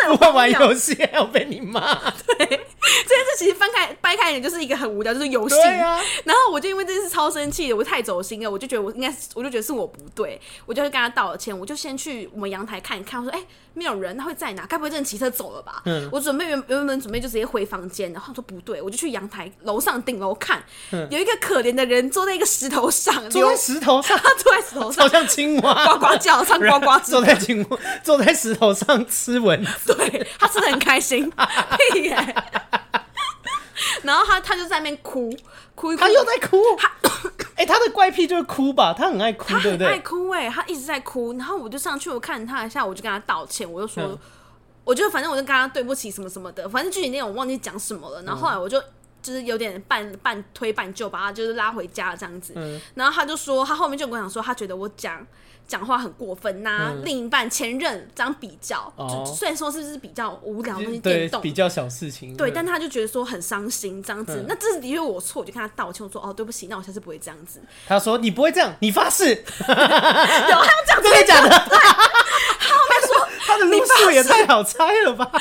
[SPEAKER 1] 啊，我玩游戏还要被你 骂，
[SPEAKER 2] 这件事其实翻开掰开一点就是一个很无聊，就是游戏。
[SPEAKER 1] 对啊，
[SPEAKER 2] 然后我就因为这件事超生气的，我太走心了，我就觉得我应该是，我就觉得是我不对，我就去跟他道了歉，我就先去我们阳台看一看，我说哎、没有人，他会在哪？该不会真的骑车走了吧？
[SPEAKER 1] 嗯
[SPEAKER 2] 我准备原原本准备就直接回房间，然后他说不对，我就去阳台楼上顶楼看，有一个可怜的人坐在一个石头上，
[SPEAKER 1] 坐在
[SPEAKER 2] 流
[SPEAKER 1] 石头上，
[SPEAKER 2] 他坐在石头
[SPEAKER 1] 好
[SPEAKER 2] 上
[SPEAKER 1] 像青蛙
[SPEAKER 2] 呱，呱 叫，唱呱呱之
[SPEAKER 1] 坐在青蛙，坐在石头上吃蚊子，
[SPEAKER 2] 对他吃的 很开心， 屁耶、然后他他就在那边哭哭一哭，
[SPEAKER 1] 他又在哭。哎、他的怪癖就是哭吧，他很爱哭，
[SPEAKER 2] 他
[SPEAKER 1] 对不
[SPEAKER 2] 很爱
[SPEAKER 1] 对？
[SPEAKER 2] 哭哎、他一直在哭，然后我就上去我看他一下，我就跟他道歉，我就
[SPEAKER 1] 嗯
[SPEAKER 2] 说，我就反正我就跟他对不起什么什么的，反正具体内容我忘记讲什么了。然
[SPEAKER 1] 嗯
[SPEAKER 2] 后后来我就。就是有点半半推半就，把他就是拉回家这样子。
[SPEAKER 1] 嗯
[SPEAKER 2] 然后他就说，他后面就跟我讲说，他觉得我讲讲话很过分呐、另一半前任这样比较，
[SPEAKER 1] 嗯哦
[SPEAKER 2] 就虽然说是不是比较无聊，东西
[SPEAKER 1] 对
[SPEAKER 2] 电，动
[SPEAKER 1] 比较小事情。
[SPEAKER 2] 对，但他就觉得说很伤心这样子，
[SPEAKER 1] 嗯
[SPEAKER 2] 那这是的确我错，我就跟他道歉，我说哦对不起，那我下次不会这样 子。
[SPEAKER 1] 他说你不会这样，你发誓，
[SPEAKER 2] 有他要这样子，
[SPEAKER 1] 真的假的？他说他的路数也太好猜了吧？
[SPEAKER 2] 他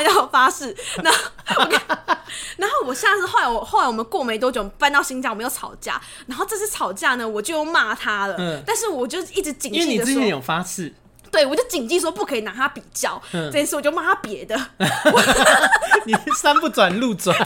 [SPEAKER 2] 一天到晚叫我发誓， 然后我跟，然后我下次后来我后来我们过没多久搬到新家，我们又吵架，然后这次吵架呢，我就又骂他了，
[SPEAKER 1] 嗯
[SPEAKER 2] 但是我就一直谨
[SPEAKER 1] 因为
[SPEAKER 2] 记
[SPEAKER 1] 你
[SPEAKER 2] 的
[SPEAKER 1] 之前
[SPEAKER 2] 说，
[SPEAKER 1] 有发誓，
[SPEAKER 2] 对我就谨记说不可以拿他比较、
[SPEAKER 1] 嗯
[SPEAKER 2] 这件事，我就骂他别的，
[SPEAKER 1] 你山不转路转，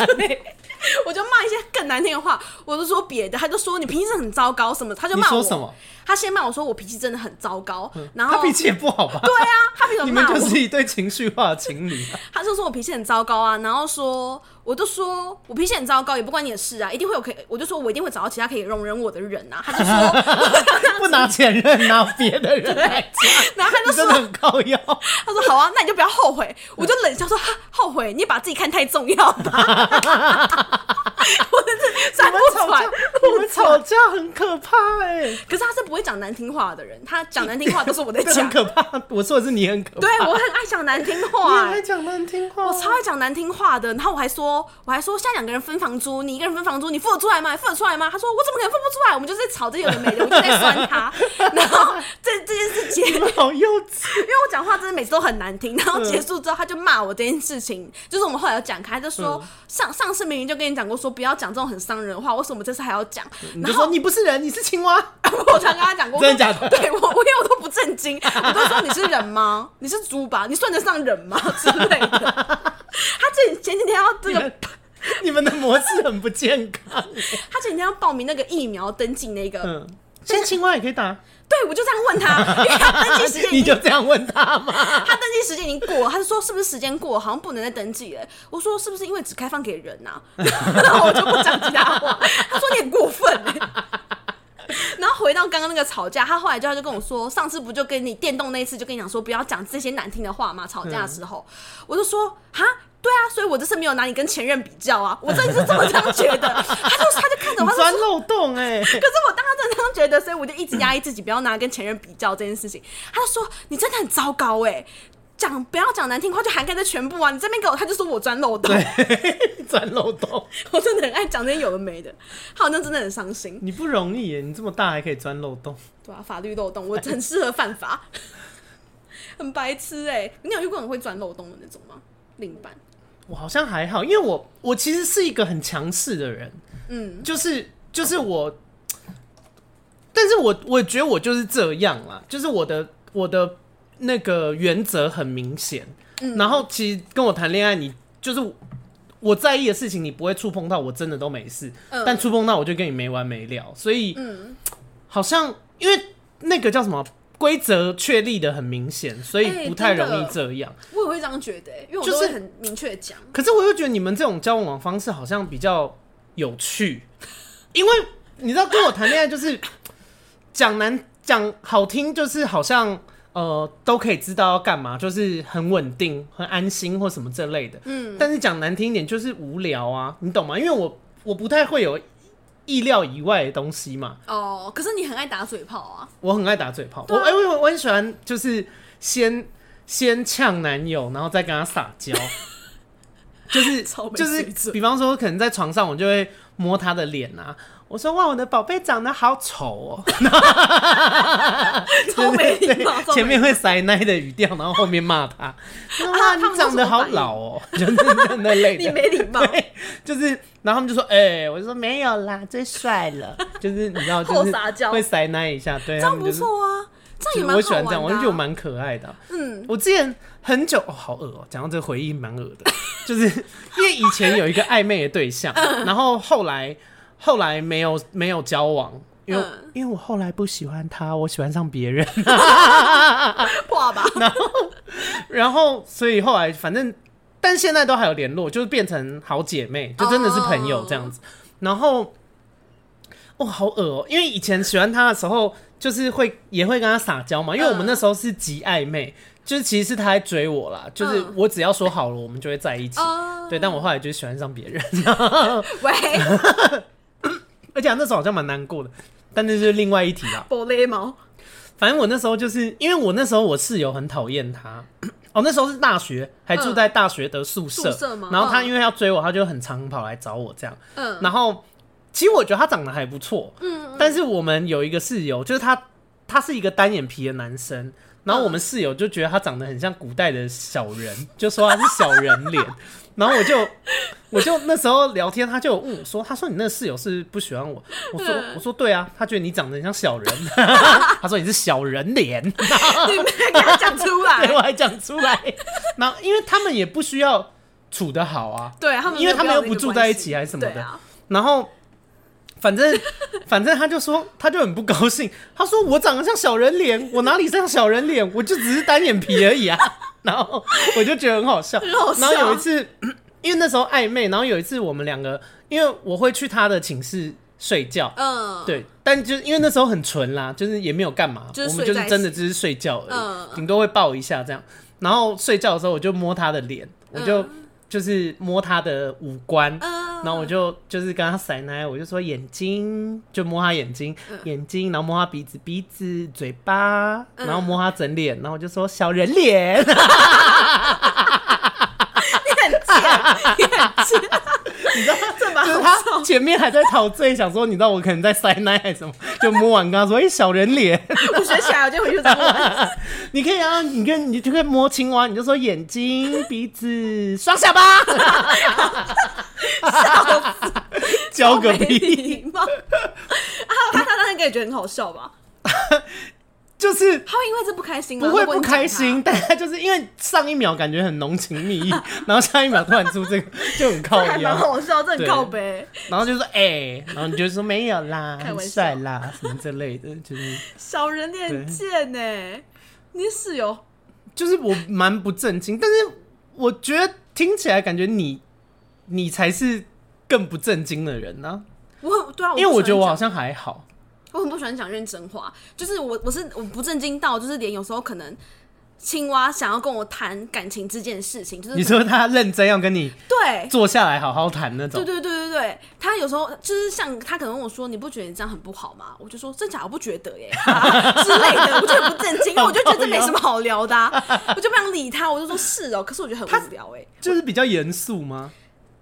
[SPEAKER 2] 我就骂一些更难听的话，我就说别的，他就说你脾气很糟糕什么，他就
[SPEAKER 1] 你
[SPEAKER 2] 骂我
[SPEAKER 1] 说什么？嗯
[SPEAKER 2] 他先骂我说我脾气真的很糟糕，然后
[SPEAKER 1] 他脾气也不好吧？
[SPEAKER 2] 对啊，他比我
[SPEAKER 1] 你
[SPEAKER 2] 骂
[SPEAKER 1] 们
[SPEAKER 2] 我。
[SPEAKER 1] 就是一对情绪化的情侣、啊。
[SPEAKER 2] 他就说我脾气很糟糕啊，然后说我就说我脾气很糟糕，也不关你的事啊，一定会有可以，我就说我一定会找到其他可以容忍我的人啊。他 就说，
[SPEAKER 1] 不拿前任，拿别的人来讲，
[SPEAKER 2] 然后他就
[SPEAKER 1] 你真
[SPEAKER 2] 说
[SPEAKER 1] 的，很高腰。
[SPEAKER 2] 他说好啊，那你就不要后悔。我就冷笑说，哈后悔，你把自己看太重要了吧。我真是
[SPEAKER 1] 你
[SPEAKER 2] 三
[SPEAKER 1] 们
[SPEAKER 2] 不
[SPEAKER 1] 吵
[SPEAKER 2] 喘
[SPEAKER 1] 架，，你们吵架很可怕哎、
[SPEAKER 2] 可是他是不会讲难听话的人，他讲难听话都是我在
[SPEAKER 1] 这很
[SPEAKER 2] 讲。
[SPEAKER 1] 可怕。我说的是你很可怕，
[SPEAKER 2] 对我很爱讲难听
[SPEAKER 1] 你
[SPEAKER 2] 话、
[SPEAKER 1] 还讲难听话，啊
[SPEAKER 2] 我超爱讲难听话的，然后我还说，我还说，现在两个人分房租，你一个人分房租，你付得出来吗？你付得出来吗？他说我怎么可能付不出来？我们就是在吵这有的没的，我就在 酸他。然后这这件事结，
[SPEAKER 1] 你
[SPEAKER 2] 因
[SPEAKER 1] 们好幼稚。
[SPEAKER 2] 为我讲话真的每次都很难听。然后结束之后，他就骂我这件事情，就是我们后来有讲开，他就说
[SPEAKER 1] 嗯
[SPEAKER 2] 上上次明明就跟你讲过，说不要讲这种很伤人的话，为什么这次还要讲？
[SPEAKER 1] 你
[SPEAKER 2] 然
[SPEAKER 1] 就
[SPEAKER 2] 后
[SPEAKER 1] 说你不是人，你是青蛙。
[SPEAKER 2] 我常跟他讲过，
[SPEAKER 1] 嗯真的假的
[SPEAKER 2] 对我，我因为我都不震惊，我都说你是人吗？你是猪吧？你算得上人吗？之类的。他这前几天要这
[SPEAKER 1] 你
[SPEAKER 2] 个
[SPEAKER 1] 们你们的模式很不健康。
[SPEAKER 2] 他前几天要报名那个疫苗登记那个，
[SPEAKER 1] 嗯，现在青蛙也可以打，
[SPEAKER 2] 对我就这样问他，因为他登记时间已
[SPEAKER 1] 你
[SPEAKER 2] 经
[SPEAKER 1] 就这样问他吗？
[SPEAKER 2] 他登记时间已经过了，他就说是不是时间过了，好像不能再登记了。我说是不是因为只开放给人呐、 然后我就不讲其他话。他说你很过分、欸。 然后回到刚刚那个吵架，他后来就他就跟我说，上次不就跟你电动那一次就跟你讲说不要讲这些难听的话嘛，吵架的时候，
[SPEAKER 1] 嗯
[SPEAKER 2] 我就说哈。对啊，所以我这次没有拿你跟前任比较啊，我真的是这么这样觉得。他就他就看着我，
[SPEAKER 1] 你
[SPEAKER 2] 他就说
[SPEAKER 1] 钻漏洞哎、
[SPEAKER 2] 可是我当时真的这样觉得，所以我就一直压抑自己，不要拿跟前任比较这件事情。他就说：“你真的很糟糕哎、讲不要讲难听话，就涵盖这全部啊！你这边给我，他就说我钻漏洞，
[SPEAKER 1] 钻漏洞，
[SPEAKER 2] 我真的很爱讲这些有的没的，他好像真的很伤心，
[SPEAKER 1] 你不容易耶，你这么大还可以钻漏洞。
[SPEAKER 2] 对吧、法律漏洞，我很适合犯法， 很白痴哎、你有遇过很会钻漏洞的那种吗？另一半，
[SPEAKER 1] 我好像还好，因为我我其实是一个很强势的人，
[SPEAKER 2] 嗯，
[SPEAKER 1] 就是就是我，但是我我觉得我就是这样啦，就是我的我的那个原则很明显，
[SPEAKER 2] 嗯
[SPEAKER 1] 然后其实跟我谈恋爱，你就是我在意的事情，你不会触碰到，我真的都没事，
[SPEAKER 2] 嗯
[SPEAKER 1] 但触碰到我就跟你没完没了，所以
[SPEAKER 2] 嗯，
[SPEAKER 1] 好像因为那个叫什么规则确立的很明显，所以
[SPEAKER 2] 哎
[SPEAKER 1] 不太
[SPEAKER 2] 真的
[SPEAKER 1] 容易这样。
[SPEAKER 2] 我也会这样觉得、欸，因为我
[SPEAKER 1] 就
[SPEAKER 2] 都
[SPEAKER 1] 是
[SPEAKER 2] 会很明确地讲，
[SPEAKER 1] 可是我又觉得你们这种交往方式好像比较有趣，因为你知道跟我谈恋爱就是 讲难讲好听，就是好像呃都可以知道要干嘛，就是很稳定、很安心或什么这类的。
[SPEAKER 2] 嗯
[SPEAKER 1] 但是讲难听一点就是无聊啊，你懂吗？因为我我不太会有意料以外的东西嘛。
[SPEAKER 2] 哦，可是你很爱打嘴炮啊，
[SPEAKER 1] 我很爱打嘴炮，
[SPEAKER 2] 对
[SPEAKER 1] 我
[SPEAKER 2] 啊
[SPEAKER 1] 哎、我我我很喜欢，就是先先呛男友，然后再跟他撒 娇，就是
[SPEAKER 2] 超没
[SPEAKER 1] 就
[SPEAKER 2] 水
[SPEAKER 1] 是，
[SPEAKER 2] 准
[SPEAKER 1] 比方说可能在床上，我就会摸他的脸啊，我说哇，我的宝贝长得好丑哦，
[SPEAKER 2] 超 没礼貌。超没
[SPEAKER 1] 前面会塞奶的语调，然后后面骂 他，说哇，
[SPEAKER 2] 他们
[SPEAKER 1] 你长得好老哦， 就是那那类
[SPEAKER 2] 你
[SPEAKER 1] 的。
[SPEAKER 2] 没礼貌，
[SPEAKER 1] 对，就是，然后他们就说，哎、我就说没有啦，最帅了， 就是你知道，就
[SPEAKER 2] 后
[SPEAKER 1] 是
[SPEAKER 2] 撒娇
[SPEAKER 1] 会塞奶一下，对，
[SPEAKER 2] 这
[SPEAKER 1] 他
[SPEAKER 2] 样
[SPEAKER 1] 们
[SPEAKER 2] 不
[SPEAKER 1] 就是
[SPEAKER 2] 错啊，这样也蛮
[SPEAKER 1] 我喜
[SPEAKER 2] 好
[SPEAKER 1] 欢
[SPEAKER 2] 玩
[SPEAKER 1] 这
[SPEAKER 2] 的、
[SPEAKER 1] 样，
[SPEAKER 2] 啊。
[SPEAKER 1] 我就觉得蛮可爱的啊、
[SPEAKER 2] 嗯，
[SPEAKER 1] 我之前很久哦，好恶哦、讲到这个回忆蛮恶的， 就是因为以前有一个暧昧的对象，
[SPEAKER 2] 嗯
[SPEAKER 1] 然后后来后来没有没有交往，因为、
[SPEAKER 2] 嗯
[SPEAKER 1] 因为我后来不喜欢他，我喜欢上别人，
[SPEAKER 2] 话吧，
[SPEAKER 1] 然后所以后来反正，但现在都还有联络，就是变成好姐妹，就真的是朋友这样子。然后，哦，好恶哦、因为以前喜欢他的时候，就是会也会跟他撒娇嘛，因为我们
[SPEAKER 2] 嗯
[SPEAKER 1] 那时候是极暧昧，就是其实是他在追我啦，就是
[SPEAKER 2] 嗯
[SPEAKER 1] 我只要说好了，我们就会在一起。
[SPEAKER 2] 哦
[SPEAKER 1] 对，但我后来就喜欢上别人，
[SPEAKER 2] 喂，
[SPEAKER 1] 而且那时候好像蛮难过的，但那就是另外一题啦。
[SPEAKER 2] 玻璃毛，
[SPEAKER 1] 反正我那时候就是因为我那时候我室友很讨厌他，哦，那时候是大学，还住在大学的宿舍，
[SPEAKER 2] 嗯宿舍吗
[SPEAKER 1] 然后他
[SPEAKER 2] 嗯
[SPEAKER 1] 因为要追我，他就很常跑来找我这样。
[SPEAKER 2] 嗯
[SPEAKER 1] 然后其实我觉得他长得还不错，
[SPEAKER 2] 嗯，
[SPEAKER 1] 但是我们有一个室友，就是他他是一个单眼皮的男生，然后
[SPEAKER 2] 嗯
[SPEAKER 1] 我们室友就觉得他长得很像古代的小人，就说他是小人脸，然后我就。我就那时候聊天，他就有问我说：“他说你那个室友是不是不喜欢我？”我说：“
[SPEAKER 2] 嗯
[SPEAKER 1] 我说对啊，他觉得你长得很像小人。” 他说：“你是小人脸。”
[SPEAKER 2] 你没给他讲出来
[SPEAKER 1] 对，， 我还讲出来。然后因为他们也不需要处得好啊，
[SPEAKER 2] 对他们没有必要这个关系，
[SPEAKER 1] 因为他们又不住在一起还是什么的
[SPEAKER 2] 对啊
[SPEAKER 1] 然后反正 反正他就说他就很不高兴，他说我长得像小人脸，我哪里像小人脸，我就只是单眼皮而已啊。 然后我就觉得很好笑，
[SPEAKER 2] 很好
[SPEAKER 1] 然后有一
[SPEAKER 2] 笑
[SPEAKER 1] 次， 因为那时候暧昧，然后有一次我们两个，因为我会去他的寝室睡觉，
[SPEAKER 2] 嗯，，
[SPEAKER 1] 对，但就是因为那时候很纯啦，就是也没有干嘛，
[SPEAKER 2] 就是
[SPEAKER 1] 我们就
[SPEAKER 2] 睡在
[SPEAKER 1] 是
[SPEAKER 2] 一起
[SPEAKER 1] 真的只是睡觉而
[SPEAKER 2] 嗯
[SPEAKER 1] 已，顶、多会抱一下这样。然后睡觉的时候，我就摸他的脸，我就、就是摸他的五官，
[SPEAKER 2] 嗯，
[SPEAKER 1] 然后我就就是跟他塞奶，我就说眼睛，就摸他眼睛，
[SPEAKER 2] 嗯
[SPEAKER 1] 眼睛，然后摸他鼻子，鼻子，嘴巴，
[SPEAKER 2] 嗯
[SPEAKER 1] 然后摸他整脸，然后我就说小人 脸，
[SPEAKER 2] 你很贱，你很贱，这蛮
[SPEAKER 1] 就是
[SPEAKER 2] 好
[SPEAKER 1] 他前面还在陶醉，想说你知道我可能在塞奶还是什么，就摸完跟他说哎、小人脸。
[SPEAKER 2] 我学起来我就回去这么 玩，
[SPEAKER 1] 你可以啊，你跟你就可以摸青蛙，你就说眼睛、鼻子、双下巴，教个
[SPEAKER 2] 没
[SPEAKER 1] 屁！
[SPEAKER 2] 礼貌。啊，他他当然感觉很好笑吧？
[SPEAKER 1] 就是
[SPEAKER 2] 他会因为这不开心吗？
[SPEAKER 1] 不会
[SPEAKER 2] 如果
[SPEAKER 1] 不
[SPEAKER 2] 你讲他啊
[SPEAKER 1] 开心，，但他就是因为上一秒感觉很浓情蜜意，然后下一秒突然出这个就很靠
[SPEAKER 2] 这还蛮
[SPEAKER 1] 腰，
[SPEAKER 2] 好笑，这很
[SPEAKER 1] 对
[SPEAKER 2] 靠北，
[SPEAKER 1] 然后就说哎、然后你就说没有啦，
[SPEAKER 2] 开
[SPEAKER 1] 很
[SPEAKER 2] 玩笑
[SPEAKER 1] 帅啦，什么之类的，就是
[SPEAKER 2] 小人你很贱呢。你室友
[SPEAKER 1] 就是我蛮不正经，但是我觉得听起来感觉你你才是更不正经的人呢、
[SPEAKER 2] 我很对啊，
[SPEAKER 1] 因为
[SPEAKER 2] 不
[SPEAKER 1] 我
[SPEAKER 2] 喜
[SPEAKER 1] 觉得
[SPEAKER 2] 欢
[SPEAKER 1] 我好
[SPEAKER 2] 讲
[SPEAKER 1] 像还好。
[SPEAKER 2] 我很不喜欢讲认真话，就是我我是我不正经到，就是连有时候可能青蛙想要跟我谈感情这件事情，就是
[SPEAKER 1] 你说他认真要跟你
[SPEAKER 2] 对。
[SPEAKER 1] 坐下来好好谈那
[SPEAKER 2] 对
[SPEAKER 1] 种，
[SPEAKER 2] 对对对对，他有时候就是像他可能问我说：“你不觉得你这样很不好吗？”我就说：“真假我不觉得耶、 啊之类的，我就很不正经，因为我就觉得这没什么好聊的啊、我就不想理他，我就说是哦，可是我觉得很无聊哎、
[SPEAKER 1] 就是比较严肃吗？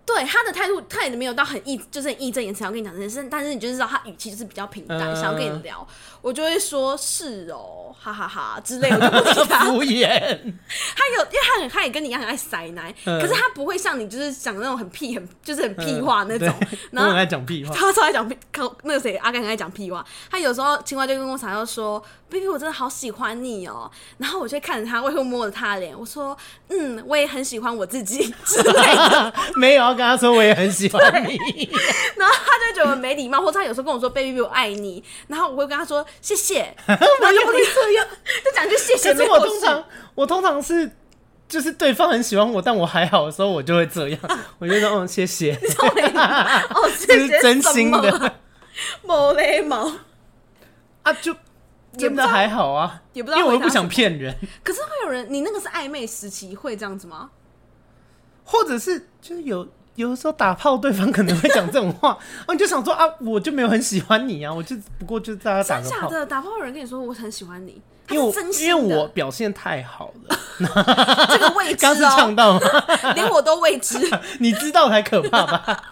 [SPEAKER 2] 对他的态度，他也没有到很义，就是很义正言辞要跟你讲这件事，但是你就是知道他语气就是比较平淡，
[SPEAKER 1] 嗯
[SPEAKER 2] 想要跟你聊，我就会说是哦，哈哈哈之类，我就不理 他。
[SPEAKER 1] 敷衍，
[SPEAKER 2] 他有，因为他很，他也跟你一样很爱塞奶，
[SPEAKER 1] 嗯
[SPEAKER 2] 可是他不会像你就是讲那种很屁很就是很屁话那种，
[SPEAKER 1] 对
[SPEAKER 2] 然
[SPEAKER 1] 我很
[SPEAKER 2] 后
[SPEAKER 1] 爱。讲屁话。
[SPEAKER 2] 他超爱讲屁，靠那个谁阿甘很爱讲屁话。他有时候青蛙就跟我撒娇说：“baby，我真的好喜欢你哦。”然后我就看着他，我也会摸着他的脸，我说：“嗯，我也很喜欢我自己之类的。
[SPEAKER 1] 没有啊要跟他说我也很喜欢你，”
[SPEAKER 2] 然后他就觉得我没礼貌，或者他有时候跟我说：“baby，我爱你。”然后我会跟他说：“ 谢谢。”然后就不理这样，就讲句谢谢。
[SPEAKER 1] 可是
[SPEAKER 2] 没
[SPEAKER 1] 我
[SPEAKER 2] 有
[SPEAKER 1] 通
[SPEAKER 2] 事
[SPEAKER 1] 常我通常是就是对方很喜欢我，但我还好的时候，我就会这样，
[SPEAKER 2] 啊
[SPEAKER 1] 我就说嗯谢 谢，
[SPEAKER 2] 哦，
[SPEAKER 1] 这
[SPEAKER 2] 谢
[SPEAKER 1] 是
[SPEAKER 2] 谢
[SPEAKER 1] 真心
[SPEAKER 2] 什么，
[SPEAKER 1] 的
[SPEAKER 2] 毛嘞毛。
[SPEAKER 1] 啊，就
[SPEAKER 2] 也
[SPEAKER 1] 真
[SPEAKER 2] 不知道
[SPEAKER 1] 的还好啊，
[SPEAKER 2] 也不知
[SPEAKER 1] 因
[SPEAKER 2] 道
[SPEAKER 1] 为我又
[SPEAKER 2] 回答
[SPEAKER 1] 不想
[SPEAKER 2] 什么
[SPEAKER 1] 骗人，
[SPEAKER 2] 可是会有人，你那个是暧昧时期会这样子吗？
[SPEAKER 1] 或者是就是有有的时候打炮，对方可能会讲这种 话，然后你就想说啊，我就没有很喜欢你啊，我就不过就是大家打个
[SPEAKER 2] 真假
[SPEAKER 1] 炮，
[SPEAKER 2] 的打炮有人跟你说我很喜欢你，啊他
[SPEAKER 1] 因为
[SPEAKER 2] 是
[SPEAKER 1] 我
[SPEAKER 2] 真心
[SPEAKER 1] 因为
[SPEAKER 2] 的
[SPEAKER 1] 我表现太好 了，
[SPEAKER 2] 这个未知
[SPEAKER 1] 刚是
[SPEAKER 2] 哦
[SPEAKER 1] 唱， 到吗？
[SPEAKER 2] 连我都未知，
[SPEAKER 1] 你知道才可怕吧？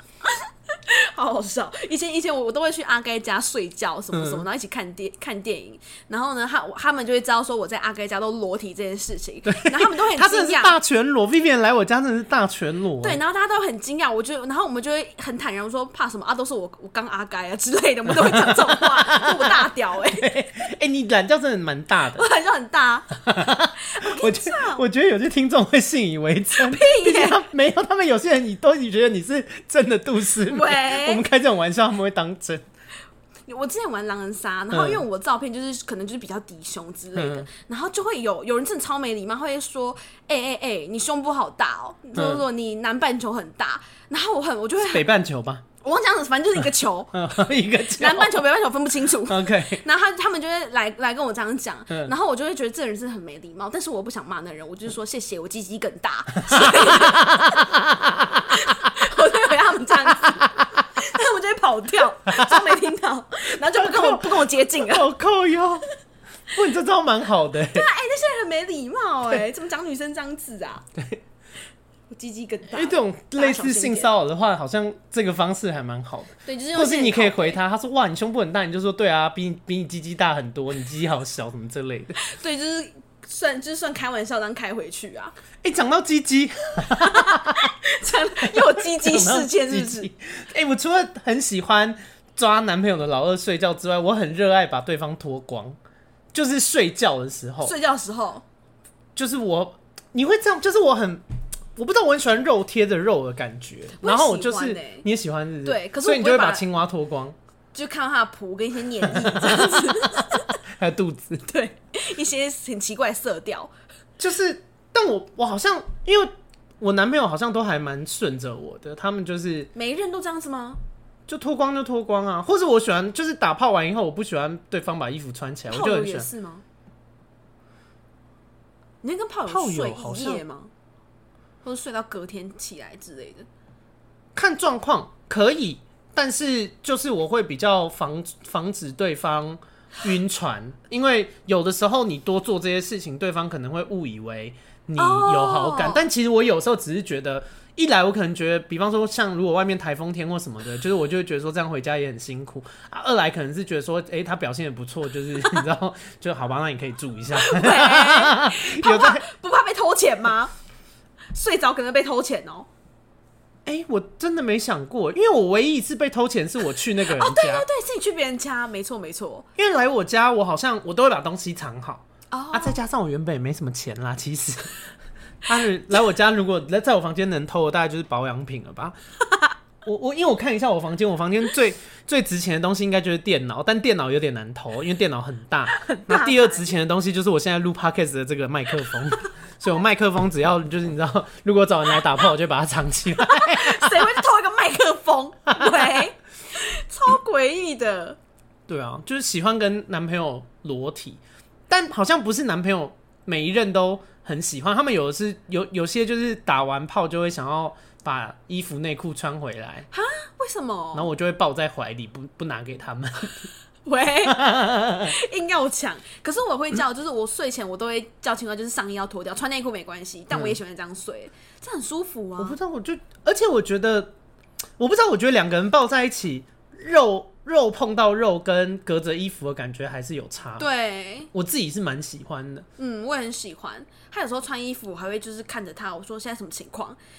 [SPEAKER 2] 好好笑。以前以前我我都会去阿该家睡觉什么
[SPEAKER 1] 嗯
[SPEAKER 2] 什么，然后一起看电看电影，然后呢他我他们就会知道说我在阿该家都裸体这件事情，然后他们 都很
[SPEAKER 1] 他真的
[SPEAKER 2] 惊
[SPEAKER 1] 是
[SPEAKER 2] 讶。
[SPEAKER 1] 大全裸，Vivian 来我家真的是大全裸、啊
[SPEAKER 2] 对，，然后大家都很惊讶，我就，然后我们就会很坦然说怕什么啊，都是我我刚阿该啊之类的，我们 都会讲这种话，说我大屌哎、欸，
[SPEAKER 1] 哎、你懒觉真的蛮大的
[SPEAKER 2] 我。感觉很大啊，
[SPEAKER 1] 我觉得我觉得有些听众会信以为真，
[SPEAKER 2] 屁
[SPEAKER 1] 毕竟
[SPEAKER 2] 耶
[SPEAKER 1] 他没有，他们有些人你都你觉得你是真的杜思明，
[SPEAKER 2] 喂
[SPEAKER 1] 我们开这种玩笑，他们会当真。
[SPEAKER 2] 我之前玩狼人杀，然后因为我照片就是可能就是比较低胸之类的，
[SPEAKER 1] 嗯
[SPEAKER 2] 然后就会有有人真的超没礼貌，会说：“哎哎哎，你胸部好大哦，就是说你南半球很大。”然后我很我就 会
[SPEAKER 1] 北半球吧，
[SPEAKER 2] 我忘记讲，反正就是一个
[SPEAKER 1] ，
[SPEAKER 2] 球
[SPEAKER 1] 嗯，一个球
[SPEAKER 2] 南半球北半球分不清楚。
[SPEAKER 1] OK，
[SPEAKER 2] 然后他他们就会来来跟我这样讲，
[SPEAKER 1] 嗯
[SPEAKER 2] 然后我就会觉得这人是很没礼貌，但是我不想骂那人，我就是说谢谢，我鸡鸡更 大，我就回他们这样子，但他们就会跑掉，装没听到，然后就不跟 我不跟我接近了。
[SPEAKER 1] 好扣哟。不，你这招蛮好 的、欸，
[SPEAKER 2] 哎、那些人很没礼貌哎、怎么讲女生这样子啊？对，我鸡鸡更大
[SPEAKER 1] 因为这。种类似性骚扰的话，好像这个方式还蛮好的。
[SPEAKER 2] 对，就是用
[SPEAKER 1] 或是你可以
[SPEAKER 2] 借口
[SPEAKER 1] 回他，他说哇，你胸部很大，你就说对啊，比你比你鸡鸡大很多，你鸡鸡好小什么这类 的。
[SPEAKER 2] 对，就是算就是算开玩笑当开回去啊，
[SPEAKER 1] 哎、讲到鸡鸡，
[SPEAKER 2] 这样又有鸡鸡事件是
[SPEAKER 1] 讲
[SPEAKER 2] 不
[SPEAKER 1] 到鸡
[SPEAKER 2] 是？
[SPEAKER 1] 鸡？哎、 我除了很喜欢抓男朋友的老二睡觉之外，我很热爱把对方脱光，就是睡觉的时候，
[SPEAKER 2] 睡觉的时候，
[SPEAKER 1] 就是我你会这样，就是我很。我不知道，我很喜欢肉贴着肉的感觉，
[SPEAKER 2] 我也
[SPEAKER 1] 然后我就
[SPEAKER 2] 喜
[SPEAKER 1] 是
[SPEAKER 2] 欢欸
[SPEAKER 1] 你也喜欢是不是，
[SPEAKER 2] 对可是
[SPEAKER 1] 所
[SPEAKER 2] 我
[SPEAKER 1] 以你
[SPEAKER 2] 不
[SPEAKER 1] 就
[SPEAKER 2] 会
[SPEAKER 1] 会把
[SPEAKER 2] 把
[SPEAKER 1] 青蛙脱光，
[SPEAKER 2] 就看到他的脯跟一些黏液这样子，
[SPEAKER 1] 还有肚子，
[SPEAKER 2] 对，一些很奇怪的色调，
[SPEAKER 1] 就是，但我我好像因为我男朋友好像都还蛮顺着我的，他们就是
[SPEAKER 2] 每一任都这样子吗？
[SPEAKER 1] 就脱光就脱光啊，或者我喜欢就是打炮完以后，我不喜欢对方把衣服穿哎起来，我
[SPEAKER 2] 炮
[SPEAKER 1] 就
[SPEAKER 2] 友
[SPEAKER 1] 很喜
[SPEAKER 2] 也
[SPEAKER 1] 欢。
[SPEAKER 2] 是吗？你那跟炮
[SPEAKER 1] 炮
[SPEAKER 2] 友
[SPEAKER 1] 友
[SPEAKER 2] 睡
[SPEAKER 1] 好
[SPEAKER 2] 一
[SPEAKER 1] 像
[SPEAKER 2] 夜吗？或者睡到隔天起来之类的？
[SPEAKER 1] 看状况可以，但是就是我会比较防防止对方晕船，因为有的时候你多做这些事情，对方可能会误以为你有好感，
[SPEAKER 2] 哦
[SPEAKER 1] 但其实我有时候只是觉得。一来我可能觉得，比方说像如果外面台风天或什么的，就是我就会觉得说这样回家也很辛苦啊。二来可能是觉得说，诶、他表现也不错，就是你知道，就好吧，那你可以住一下。
[SPEAKER 2] 喂
[SPEAKER 1] 有在
[SPEAKER 2] 怕怕啊不怕被偷钱吗？睡着可能被偷钱哦、
[SPEAKER 1] 哎、我真的没想过，因为我唯一一次被偷钱是我去那个人家，
[SPEAKER 2] 哦，对对对，是你去别人家，没错没错。
[SPEAKER 1] 因为来我家，我好像我都会把东西藏好、
[SPEAKER 2] 哦
[SPEAKER 1] 啊。再加上我原本也没什么钱啦，其实。 他来我家，如果来在我房间能偷的，大概就是保养品了 吧。我我因为我看一下我房间，我房间最最值钱的东西应该就是电脑，但电脑有点难偷，因为电脑很大。那第二值钱的东西就是我现在录 podcast 的这个麦克风，所以我麦克风只要就是你知道，如果找人来打炮，我就把它藏起来。
[SPEAKER 2] 啊谁会偷一个麦克 风？喂，超诡异的。
[SPEAKER 1] 对啊，就是喜欢跟男朋友裸体，但好像不是男朋友每一任都很喜欢，他们有的是有有些就是打完炮就会想要把衣服内裤穿回来，
[SPEAKER 2] 为什么
[SPEAKER 1] 然？后我就会抱在怀里，不不拿给他们。
[SPEAKER 2] 喂，硬要抢。可是我会叫，就是我睡前我都会叫青蛙，就是上衣要脱掉，穿内裤没关系，但我也喜欢这样睡，这很舒服
[SPEAKER 1] 嗯我
[SPEAKER 2] 啊
[SPEAKER 1] 不。知道，我就而且我觉得，我不知道，我觉得两个人抱在一起，肉肉碰到肉跟隔着衣服的感觉还是有差。，
[SPEAKER 2] 对，
[SPEAKER 1] 我自己是蛮喜欢的。
[SPEAKER 2] 嗯，我也很喜欢。他有时候穿衣服，我还会就是看着他，我说现在什么情况，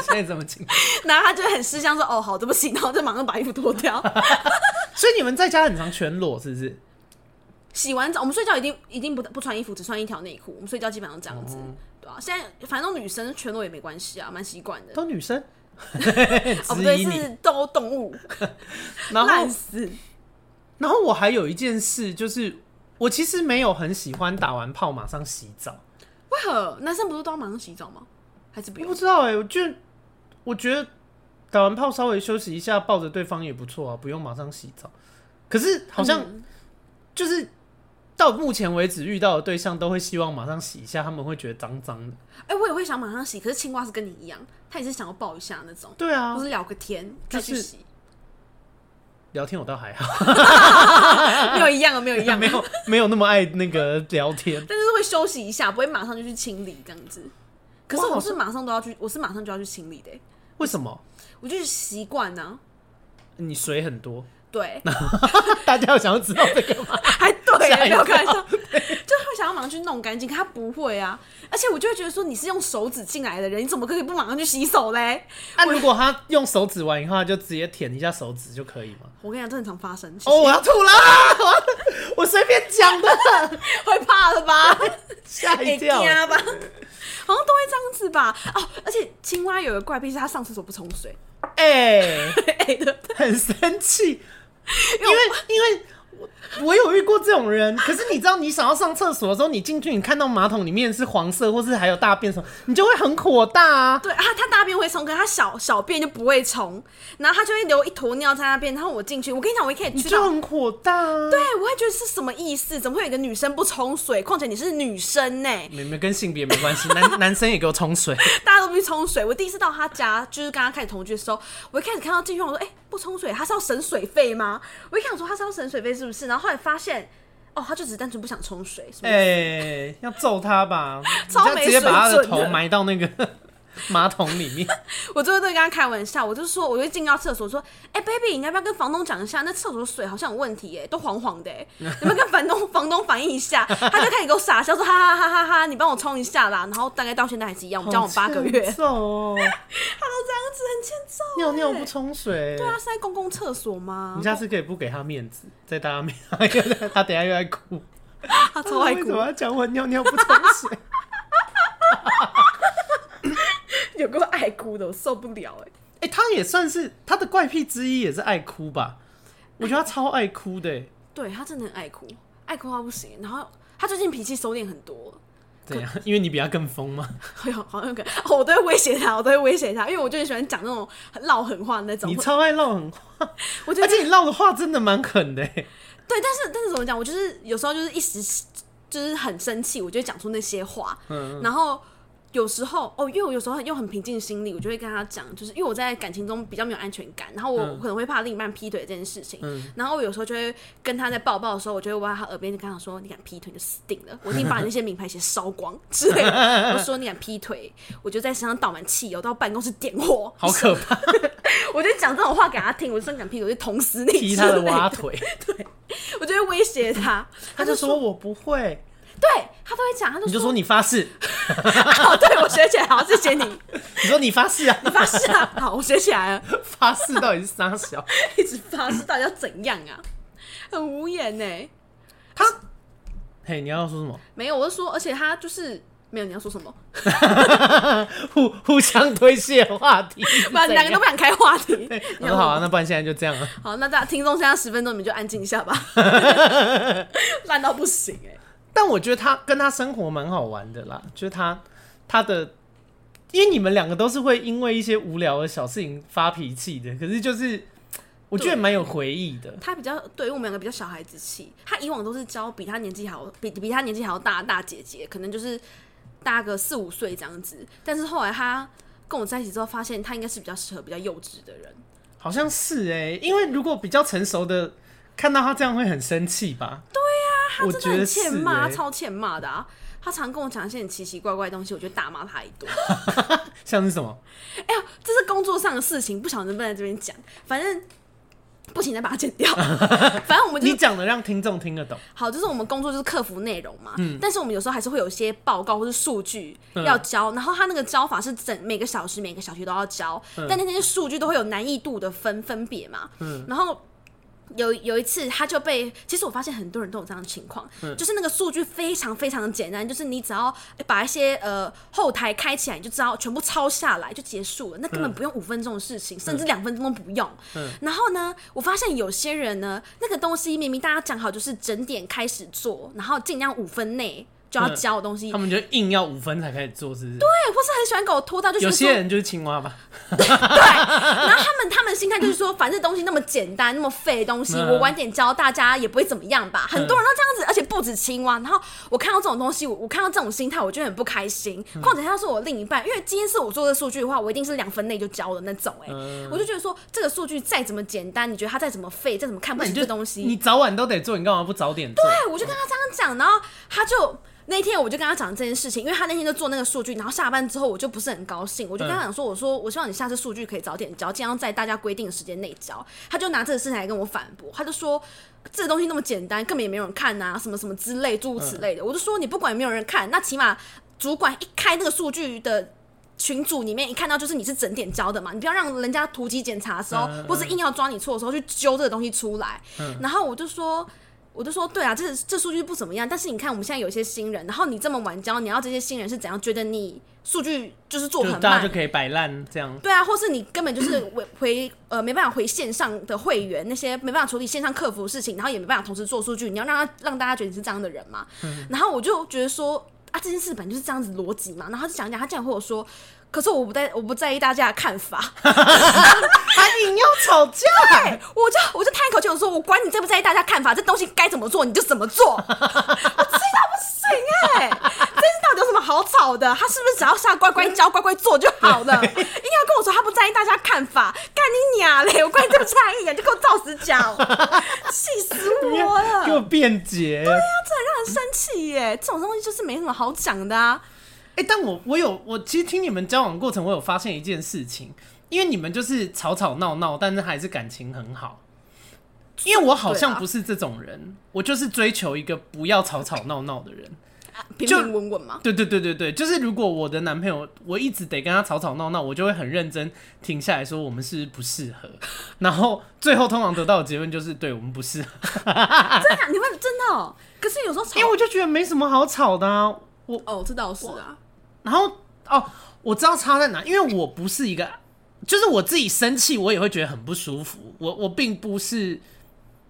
[SPEAKER 1] 现在怎么情 况？
[SPEAKER 2] 然后他就会很识相说：“哦，好，对不起。”然后就马上把衣服脱 掉。
[SPEAKER 1] 所以你们在家很常全裸是不是？
[SPEAKER 2] 洗完澡，我们睡觉一定一定不不穿衣服，只穿一条内裤。我们睡觉基本上这样子，
[SPEAKER 1] 哦
[SPEAKER 2] 对啊。现在反正女生全裸也没关系啊，蛮习惯的。
[SPEAKER 1] 都女 生。
[SPEAKER 2] 哦，不
[SPEAKER 1] 质
[SPEAKER 2] 对，
[SPEAKER 1] 疑你，
[SPEAKER 2] 是都动物，
[SPEAKER 1] 然后
[SPEAKER 2] 烂死。
[SPEAKER 1] 然后我还有一件事，就是我其实没有很喜欢打完炮马上洗澡，
[SPEAKER 2] 为何男生不是都要马上洗澡吗？还是不
[SPEAKER 1] 我
[SPEAKER 2] 用
[SPEAKER 1] 不？知道哎、我就我觉得打完炮稍微休息一下，抱着
[SPEAKER 2] 嗯
[SPEAKER 1] 对方也不错啊，不用马上洗澡。可是好像就是。到目前为止遇到的对象都会希望马上洗一下，他们会觉得脏脏的。
[SPEAKER 2] 哎、我也会想马上洗，可是青蛙是跟你一样，它也是想要抱一下那种，
[SPEAKER 1] 对啊
[SPEAKER 2] 或，是聊个天再去
[SPEAKER 1] 就是
[SPEAKER 2] 洗，
[SPEAKER 1] 聊天我倒还好，
[SPEAKER 2] 没有一样啊，没有一样，
[SPEAKER 1] 没有没有那么爱那个聊天。
[SPEAKER 2] 但是会休息一下，不会马上就去清理这样子。可是
[SPEAKER 1] 哇
[SPEAKER 2] 我
[SPEAKER 1] 好
[SPEAKER 2] 是马上都要去，我是马上就要去清理的欸、
[SPEAKER 1] 为什么？
[SPEAKER 2] 我就是习惯呢。
[SPEAKER 1] 你水很多，
[SPEAKER 2] 对，
[SPEAKER 1] 大家有想要知道这个吗？
[SPEAKER 2] 还对
[SPEAKER 1] 吓
[SPEAKER 2] 欸，
[SPEAKER 1] 一
[SPEAKER 2] 不要开玩
[SPEAKER 1] 跳
[SPEAKER 2] 笑，就会想要马上去弄干净，可他不会啊。而且我就会觉得说，你是用手指进来的人，你怎么可以不马上去洗手嘞？
[SPEAKER 1] 那、啊如果他用手指玩以后，他就直接舔一下手指就可以吗？
[SPEAKER 2] 我跟你讲，这很常发生，谢谢
[SPEAKER 1] 哦，我要吐了， 我随便讲的，
[SPEAKER 2] 会怕了吧？
[SPEAKER 1] 吓一跳
[SPEAKER 2] 会。怕吧？好像都会这样子吧？哦，而且青蛙有个怪癖是它上厕所不冲 水，
[SPEAKER 1] 哎、
[SPEAKER 2] 哎的，
[SPEAKER 1] 很生气，因为因为我我有遇过这种人，可是你知道，你想要上厕所的时候，你进去，你看到马桶里面是黄色，或是还有大便什么，你就会很火大啊。
[SPEAKER 2] 对啊，他大便会冲，可是他小小便就不会冲，然后他就会留一坨尿在那边。然后我进去，我跟你讲，我也可以
[SPEAKER 1] 你
[SPEAKER 2] 去
[SPEAKER 1] 就
[SPEAKER 2] 到。
[SPEAKER 1] 很火大、啊，
[SPEAKER 2] 对，我会觉得是什么意思？怎么会有一个女生不冲水？况且你是女生呢、
[SPEAKER 1] 没没跟性别没关系，男男生也给我冲水，
[SPEAKER 2] 大家都不去冲水。我第一次到他家，就是跟他开始同居的时候，我一开始看到进去，我说：“哎、不冲水，他是要省水费吗？”我一开始说他是要省水费是不是？然后后来发现，哦，他就只是单纯不想冲 水，什 么
[SPEAKER 1] 哎、要揍他吧，你
[SPEAKER 2] 超
[SPEAKER 1] 就
[SPEAKER 2] 没
[SPEAKER 1] 直接把他
[SPEAKER 2] 水
[SPEAKER 1] 的
[SPEAKER 2] 准
[SPEAKER 1] 头
[SPEAKER 2] 的
[SPEAKER 1] 埋到那个 马桶里面。
[SPEAKER 2] 我最后都跟他开玩笑，我就说，我就进到厕所说，哎、b a b y 你要不要跟房东讲一下，那厕所的水好像有问题耶、都 黄黄的、欸，你要不要跟房东房东反映一下？他就开始给我傻笑，说哈哈哈哈哈，你帮我冲一下啦。然后大概到现在还是一样，我们交往八个 月，他都这
[SPEAKER 1] 好欠揍哦，
[SPEAKER 2] 样子很欠揍、欸。
[SPEAKER 1] 尿尿不冲水。
[SPEAKER 2] 对啊，是在公共厕所吗
[SPEAKER 1] 你？下次可以不给他面子， 在大家面，他等一下又在哭。
[SPEAKER 2] 他 超爱
[SPEAKER 1] 为
[SPEAKER 2] 哭
[SPEAKER 1] 什，么要讲我尿尿不冲水？
[SPEAKER 2] 有个爱哭的，我受不了哎、
[SPEAKER 1] 哎、他也算是他的怪癖之一，也是爱哭吧？我觉得他超爱哭的、欸，
[SPEAKER 2] 对他真的很爱哭，爱哭到不行。然后他最近脾气收敛很多 了。
[SPEAKER 1] 怎样？因为你比他更疯吗？
[SPEAKER 2] 哎呦，好像有个、哦，我都会威胁他，我都会威胁他，因为我就很喜欢讲那种很唠狠话的那种。
[SPEAKER 1] 你超爱唠狠话，
[SPEAKER 2] 我觉得
[SPEAKER 1] 而且你唠的话真的蛮狠的、 欸。
[SPEAKER 2] 对，但是但是怎么讲？我就是有时候就是一时就是很生气，我就会讲出那些话，
[SPEAKER 1] 嗯，
[SPEAKER 2] 然后。有时候哦，因为我有时候又很平静心理，我就会跟他讲，就是因为我在感情中比较没有安全感，然后我
[SPEAKER 1] 嗯
[SPEAKER 2] 可能会怕另一半劈腿这件事情，
[SPEAKER 1] 嗯
[SPEAKER 2] 然后我有时候就会跟他在抱抱的时候，我就会窝在他耳边就跟他说：“你敢劈腿你就死定了，我一定把你那些名牌鞋烧光之类的。”我说：“你敢劈腿，我就在身上倒满汽油，到办公室点火。”
[SPEAKER 1] 好可怕，
[SPEAKER 2] 我就讲这种话给他听，我就说你敢劈腿，我就捅死你。
[SPEAKER 1] 踢他的蛙，腿，
[SPEAKER 2] 我就会威胁欸 他，
[SPEAKER 1] 他就说我不会，
[SPEAKER 2] 对他都会讲，他就
[SPEAKER 1] 你就说你发誓，
[SPEAKER 2] 好，对我学起来，好，谢谢你，
[SPEAKER 1] 你说你发誓啊，
[SPEAKER 2] 发誓啊，好，我学起来了，
[SPEAKER 1] 发誓到底是啥小？
[SPEAKER 2] 一直发誓，到底要怎样啊？ 很无言呢、
[SPEAKER 1] 他，嘿，你要说什么？
[SPEAKER 2] 没有，我是说，而且他就是没有，你要说什么？
[SPEAKER 1] 互互相推卸话题，
[SPEAKER 2] 不然两个都不想开话题。
[SPEAKER 1] 我
[SPEAKER 2] 你
[SPEAKER 1] 说
[SPEAKER 2] 要
[SPEAKER 1] 好 啊，那不然现在就这样了。
[SPEAKER 2] 好，那大家听众现在十分钟，你们就安静 一下吧，烂到不行哎、
[SPEAKER 1] 但我觉得他跟他生活蛮好玩的啦，就是他他的，因为你们两个都是会因为一些无聊的小事情发脾气的，可是就是我觉得蛮有回忆的。
[SPEAKER 2] 他比较对于我们两个比较小孩子气，他以往都是教比他年纪还要比比他年纪还要大的大姐姐，可能就是大个四五岁这样子。但是后来他跟我在一起之后，发现他应该是比较适合比较幼稚的人。
[SPEAKER 1] 好像是哎、因为如果比较成熟的看到他这样会很生气吧？对呀、我
[SPEAKER 2] 啊真的
[SPEAKER 1] 觉
[SPEAKER 2] 很
[SPEAKER 1] 得是、
[SPEAKER 2] 欠骂，
[SPEAKER 1] 欸，
[SPEAKER 2] 超欠骂的啊！他常跟我讲一些很奇奇怪怪的东西，我就大骂他一顿。
[SPEAKER 1] 像是什么？
[SPEAKER 2] 哎呀，这是工作上的事情，不晓得能不能在这边讲，反正。不行，再把它剪 掉。反正我们就
[SPEAKER 1] 你讲的让听众听得懂，
[SPEAKER 2] 好，就是我们工作就是客服内容嘛，但是我们有时候还是会有一些报告或是数据要交，然后他那个交法是整每个小时每个小时都要交，但那些数据都会有难易度的分分别嘛，然后。有有一次，他就被，其实我发现很多人都有这样的情况，
[SPEAKER 1] 嗯
[SPEAKER 2] 就是那个数据非常非常简单，就是你只要把一些呃后台开起来，你就知道全部抄下来就结束了，
[SPEAKER 1] 嗯
[SPEAKER 2] 那根本不用五分钟的事情，甚至两分钟都不用。然后呢，我发现有些人呢，那个东西明明大家讲好就是整点开始做，然后尽量五分内。就要教的东西。
[SPEAKER 1] 嗯他们就硬要五分才开始做，是不是？
[SPEAKER 2] 对，或是很喜欢给我拖到，就是
[SPEAKER 1] 有
[SPEAKER 2] 说
[SPEAKER 1] 些人就是青蛙吧，
[SPEAKER 2] 然后他们他们心态就是说，反正东西那么简单，那么废的东西，
[SPEAKER 1] 嗯
[SPEAKER 2] 我晚点教大家也不会怎么样吧。很多人都这样子，而且不止青蛙。然后我看到这种东西，我我看到这种心态，我就很不开心。
[SPEAKER 1] 嗯
[SPEAKER 2] 况且他是我另一半，因为今天是我做的数据的话，我一定是两分内就教的那种、欸。哎、
[SPEAKER 1] 嗯
[SPEAKER 2] 我就觉得说，这个数据再怎么简单，你觉得它再怎么废，再怎么看不
[SPEAKER 1] 那
[SPEAKER 2] 起
[SPEAKER 1] 你
[SPEAKER 2] 这
[SPEAKER 1] 就
[SPEAKER 2] 东西，
[SPEAKER 1] 你早晚都得做，你干嘛不早点做？
[SPEAKER 2] 对，我啊就跟他这样讲，然后他就那天我就跟他讲这件事情，因为他那天就做那个数据，然后下班之后我就不是很高兴，我就跟他讲说，我说我希望你下次数据可以早点交，尽量在大家规定的时间内交。他就拿这个事情来跟我反驳，他就说。这个东西那么简单，根本也没有人看呐、什么什么之类，诸如此类的。我就说，你不管有没有人看，那起码主管一开那个数据的群组里面一看到就是你是整点交的嘛，你不要让人家突击检查的时候，
[SPEAKER 1] 嗯嗯
[SPEAKER 2] 或是硬要抓你错的时候去揪这个东西出来。然后我就说。我就说，对啊，这这数据不怎么样，但是你看我们现在有一些新人，然后你这么晚交，你要这些新人是怎样觉得你数据就是做
[SPEAKER 1] 就
[SPEAKER 2] 很
[SPEAKER 1] 大家
[SPEAKER 2] 慢
[SPEAKER 1] 就，可以摆烂这样。
[SPEAKER 2] 对啊，或是你根本就是回回呃没办法回线上的会员，那些没办法处理线上客服的事情，然后也没办法同时做数据，你要让他让大家觉得你是这样的人 嘛。然后我就觉得说啊，这件事本来就是这样子逻辑嘛。然后他就讲一讲，他竟然和我说，可是我不在我不在意大家的看法，
[SPEAKER 1] 还硬要吵架？
[SPEAKER 2] 对，哎我就我就叹一口气，我说我管你在不在意大家看法，这东西该怎么做你就怎么做， 我气到不行哎、欸！这是到底有什么好吵的？他是不是只要下乖乖教、乖乖做就好了？硬要跟我说他不在意大家看法，干你娘嘞！我管你在不在意啊，你就给我照实讲，气死我了！
[SPEAKER 1] 给我辩解。
[SPEAKER 2] 很生气耶、这种东西就是没什么好讲的啊。
[SPEAKER 1] 哎、但我我有我其实听你们交往过程，我有发现一件事情，因为你们就是吵吵闹闹，但是还是感情很好。因为我好像
[SPEAKER 2] 对啊
[SPEAKER 1] 不是这种人，我就是追求一个不要吵吵闹闹的人。
[SPEAKER 2] 平
[SPEAKER 1] 就啊
[SPEAKER 2] 平稳稳嘛，
[SPEAKER 1] 对对对对对，就是如果我的男朋友我一直得跟他吵吵闹闹，我就会很认真停下来说我们是不是不适合，然后最后通常得到的结论就是对我们不适合，
[SPEAKER 2] 真的啊，你会真的、哦？可是有时候吵
[SPEAKER 1] 因为我就觉得没什么好吵的啊。我
[SPEAKER 2] 哦，这倒是啊，
[SPEAKER 1] 然后哦，我知道差在哪，因为我不是一个，就是我自己生气我也会觉得很不舒服，我我并不是，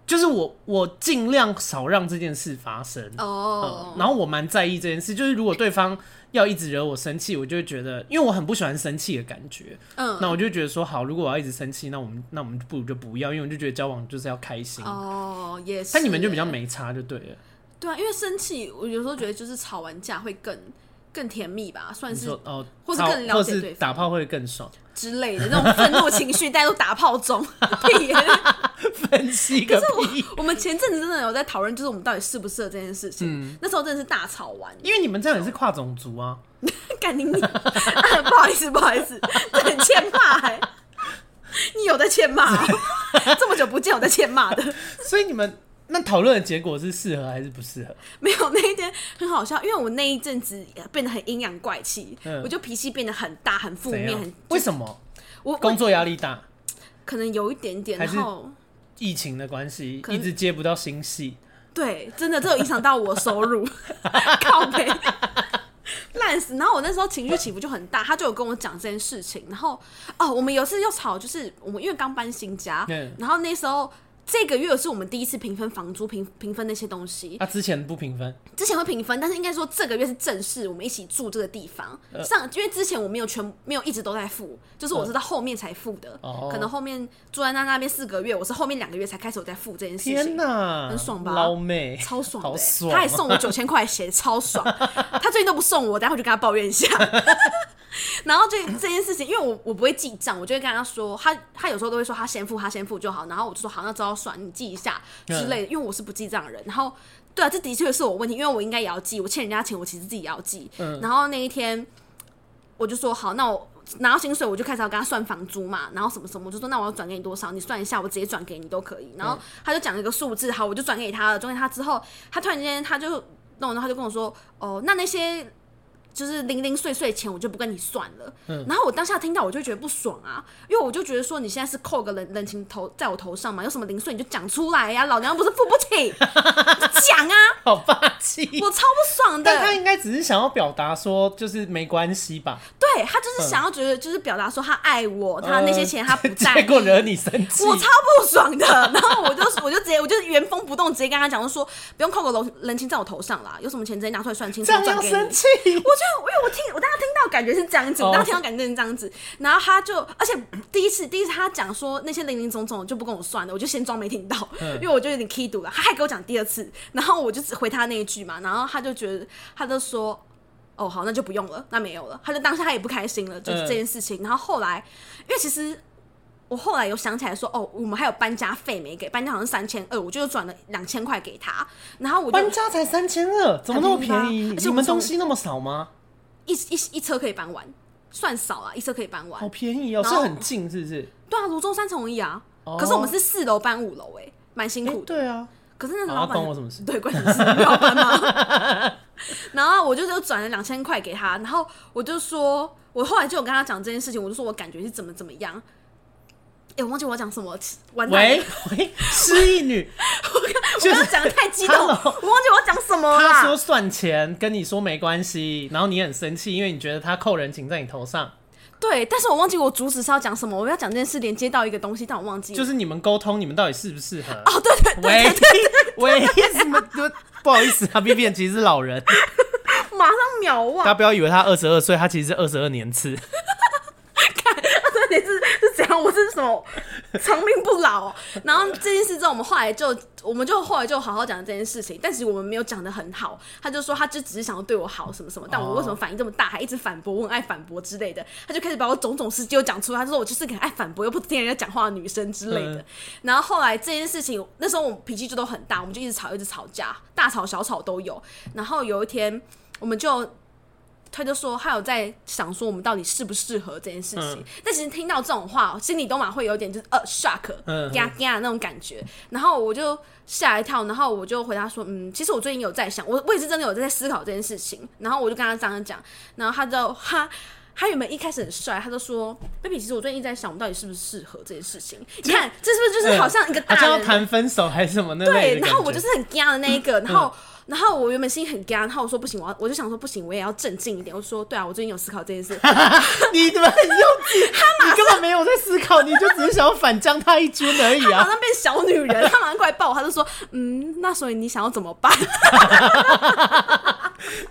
[SPEAKER 1] 就是我我尽量少让这件事发生。
[SPEAKER 2] 哦
[SPEAKER 1] 嗯，，然后我蛮在意这件事，就是如果对方要一直惹我生气，我就会觉得，因为我很不喜欢生气的感觉，
[SPEAKER 2] 嗯
[SPEAKER 1] 那我就觉得说，好，如果我要一直生气，那我们那我们不如就不要，因为我就觉得交往就是要开心。
[SPEAKER 2] 哦，也是。
[SPEAKER 1] 但你们就比较。没差就对了，
[SPEAKER 2] 对啊，因为生气，我有时候觉得就是吵完架会更更甜蜜吧，算
[SPEAKER 1] 你
[SPEAKER 2] 是
[SPEAKER 1] 说哦，
[SPEAKER 2] 嗯或是
[SPEAKER 1] 吵
[SPEAKER 2] 更了
[SPEAKER 1] 或
[SPEAKER 2] 解对
[SPEAKER 1] 是
[SPEAKER 2] 方
[SPEAKER 1] 打炮会更 爽，
[SPEAKER 2] 之类的那种愤怒情绪带入打炮 中。屁 耶
[SPEAKER 1] 分析个屁！
[SPEAKER 2] 我们前阵子真的有在讨论，就是我们到底适不适合这件事情。
[SPEAKER 1] 嗯
[SPEAKER 2] 那时候真的是大吵完，
[SPEAKER 1] 因为你们这样也是跨种族啊，
[SPEAKER 2] 干你娘！ 不好意思，不好意思，这很欠骂哎、你有在欠骂 哦、这么久不见，有在欠骂的。
[SPEAKER 1] 所以你们那讨论的结果是适合还是不适合？
[SPEAKER 2] 没有那一天很好笑，因为我那一阵子变得很阴阳怪气，
[SPEAKER 1] 嗯
[SPEAKER 2] 我就脾气变得很大、很负
[SPEAKER 1] 怎
[SPEAKER 2] 面、
[SPEAKER 1] 样
[SPEAKER 2] 很？
[SPEAKER 1] 为什么？
[SPEAKER 2] 我我
[SPEAKER 1] 工作压力大，
[SPEAKER 2] 可能有一点点，
[SPEAKER 1] 还
[SPEAKER 2] 然
[SPEAKER 1] 是
[SPEAKER 2] 后
[SPEAKER 1] 疫情的关系，
[SPEAKER 2] 可
[SPEAKER 1] 一
[SPEAKER 2] 能
[SPEAKER 1] 直接不到新戏。
[SPEAKER 2] 对，真的这有影响到我收入， 靠背烂死。然后我那时候情绪起伏就很大，他就有跟我讲这件事情。然后哦，我们有一次又吵，就是我们因为刚搬新家
[SPEAKER 1] 嗯，
[SPEAKER 2] 然后那时候。这个月是我们第一次平分房租、平平分那些东西，
[SPEAKER 1] 啊他、之前不平分，
[SPEAKER 2] 之前会平分，但是应该说这个月是正式我们一起住这个地方。
[SPEAKER 1] 呃
[SPEAKER 2] 上因为之前我没有全没有一直都在付，就是我是到后面才付的，
[SPEAKER 1] 哦
[SPEAKER 2] 可能后面住在那那边四个月，我是后面两个月才开始有在付这件事情。
[SPEAKER 1] 天哪，
[SPEAKER 2] 很爽吧
[SPEAKER 1] 捞妹，
[SPEAKER 2] 超爽的欸、
[SPEAKER 1] 好爽啊，
[SPEAKER 2] 他还送我九千块钱，超爽。他最近都不送我，待会就跟他抱怨一下。 然后就这件事情，因为我我不会记账，我就会跟他说，他他有时候都会说他先付，他先付就好。然后我就说好，那之后算你记一下之类的，因为我是不记账的人。然后对啊，这的确是我问题，因为我应该也要记，我欠人家钱，我其实自己也要记。
[SPEAKER 1] 嗯
[SPEAKER 2] 然后那一天我就说好，那我。拿到薪水我就开始要跟他算房租嘛，然后什么什么，我就说那我要转给你多少，你算一下，我直接转给你都可以。然后他就讲了一个数字，好，我就转给他了。转给他之后，他突然间他就弄，然后他就跟我说，哦，那那些就是零零碎碎钱，我就不跟你算了。
[SPEAKER 1] 嗯
[SPEAKER 2] 然后我当下听到，我就觉得不爽啊，因为我就觉得说你现在是扣个人人情头在我头上嘛，有什么零碎你就讲出来啊呀、老娘不是付不起， 讲啊，
[SPEAKER 1] 好霸气。
[SPEAKER 2] 我超不爽 的。
[SPEAKER 1] 但他应该只是想要表达说，就是没关系吧？
[SPEAKER 2] 对他就是想要觉得，就是表达说他爱我，他那些钱他不在
[SPEAKER 1] 嗯 结
[SPEAKER 2] 意。
[SPEAKER 1] 果惹你生气，
[SPEAKER 2] 我超不爽的，然后我就我就直接我就原封不动直接跟他讲，就说不用扣个人人情在我头上啦，有什么钱直接拿出来算清
[SPEAKER 1] 这
[SPEAKER 2] 楚，我
[SPEAKER 1] 样
[SPEAKER 2] 转
[SPEAKER 1] 要
[SPEAKER 2] 给你
[SPEAKER 1] 生。气。
[SPEAKER 2] 我就因为我听我当时听到感觉是这样子，
[SPEAKER 1] 哦
[SPEAKER 2] 我当时听到感觉是这样子，然后他就而且第一次第一次他讲说那些零零总总就不跟我算了，我就先装没听到，
[SPEAKER 1] 嗯
[SPEAKER 2] 因为我就有点 key 堵了，他还给我讲第二次，然后我就只回他那一句嘛，然后他就觉得他就说。哦，好，那就不用了，那没有了。他就当下他也不开心了，就是
[SPEAKER 1] 嗯
[SPEAKER 2] 这件事情。然后后来，因为其实我后来有想起来说，哦，我们还有搬家费没给，搬家好像三千二，我就又转了两千块给他。然后我就
[SPEAKER 1] 搬家才三千二，怎么那么便宜
[SPEAKER 2] 很便宜吧？而且
[SPEAKER 1] 你
[SPEAKER 2] 我
[SPEAKER 1] 们
[SPEAKER 2] 们
[SPEAKER 1] 东西那么少吗？
[SPEAKER 2] 一一一车可以搬完，算少啊，一车可以搬完
[SPEAKER 1] 好。便宜哦，
[SPEAKER 2] 然
[SPEAKER 1] 是
[SPEAKER 2] 后
[SPEAKER 1] 很近是不是？
[SPEAKER 2] 对啊，泸州三重一啊，
[SPEAKER 1] 哦
[SPEAKER 2] 可是我们是四楼搬五楼，哎，蛮辛
[SPEAKER 1] 哎
[SPEAKER 2] 苦，的。
[SPEAKER 1] 对啊，
[SPEAKER 2] 可是那个
[SPEAKER 1] 啊
[SPEAKER 2] 老板
[SPEAKER 1] 关我什么事
[SPEAKER 2] 对，关你什么事？你要搬吗？然后我就就转了两千块给他，然后我就说，我后来就有跟他讲这件事情，我就说我感觉是怎么怎么样。哎、我忘记我要讲什么， 完蛋了
[SPEAKER 1] 喂 喂，失忆 女，
[SPEAKER 2] 我刚刚讲的太激动，我忘
[SPEAKER 1] Hello
[SPEAKER 2] 记我要讲什么
[SPEAKER 1] 她
[SPEAKER 2] 了
[SPEAKER 1] 说。算钱，跟你说没关系，然后你很生气，因为你觉得她扣人情在你头上，
[SPEAKER 2] 嗯对，但是我忘记我主旨是要讲什么，我要讲这件事连接到一个东西，但我忘记了。
[SPEAKER 1] 就是你们沟通，你们到底适不适合？
[SPEAKER 2] 哦，对对对
[SPEAKER 1] 喂
[SPEAKER 2] 对对
[SPEAKER 1] 喂， 什么？不好意思啊，B B 其实是老 人，
[SPEAKER 2] 对，马上秒忘
[SPEAKER 1] 大。家不要以为她二十二岁，她其实是二十二年次。
[SPEAKER 2] 到底是是怎样？我是什么长命不老、哦？然后这件事之后，我们后来就，我们就后来就好好讲这件事情，但是我们没有讲的很好。他就说，他就只是想要对我好什么什么，但我为什么反应这么大，还一直反驳，我很爱反驳之类的。他就开始把我种种事迹都讲出来，他说我就是个很爱反驳又不听人家讲话的女生之类的。
[SPEAKER 1] 嗯
[SPEAKER 2] 然后后来这件事情，那时候我们脾气就都很大，我们就一直吵，一直吵架，大吵小吵都有。然后有一天，我们就他就说他有在想说我们到底适不适合这件事情，
[SPEAKER 1] 嗯
[SPEAKER 2] 但其实听到这种话，心里都蛮会有点就是呃 shock，
[SPEAKER 1] 嗯嗯
[SPEAKER 2] 嘎嘎那种感觉。然后我就吓一跳，然后我就回答说，嗯，其实我最近有在想，我我也是真的有在思考这件事情。然后我就跟他这样讲，然后他就哈。他原本一开始很帅，他就说：“baby，其实我最近一直在想，我们到底适不适合这件事情。你看，这是不是就是好像一个大
[SPEAKER 1] 哎好
[SPEAKER 2] 人
[SPEAKER 1] 像
[SPEAKER 2] 的
[SPEAKER 1] 啊要谈分手还是什么那类
[SPEAKER 2] 对，
[SPEAKER 1] 的感觉。嗯
[SPEAKER 2] 然后我就是很干的那一个，然后。然后我原本心里很干，然后我说不行，我要我就想说不行，我也要镇静一点。我说对啊，我最近有思考这 件事，
[SPEAKER 1] 你怎么很幼 稚？你根本没有在思考，你就只是想要反将他一军而已
[SPEAKER 2] 马
[SPEAKER 1] 啊！
[SPEAKER 2] 上变小女人，她马上过来抱我，她就说嗯，那所以你想要怎么办？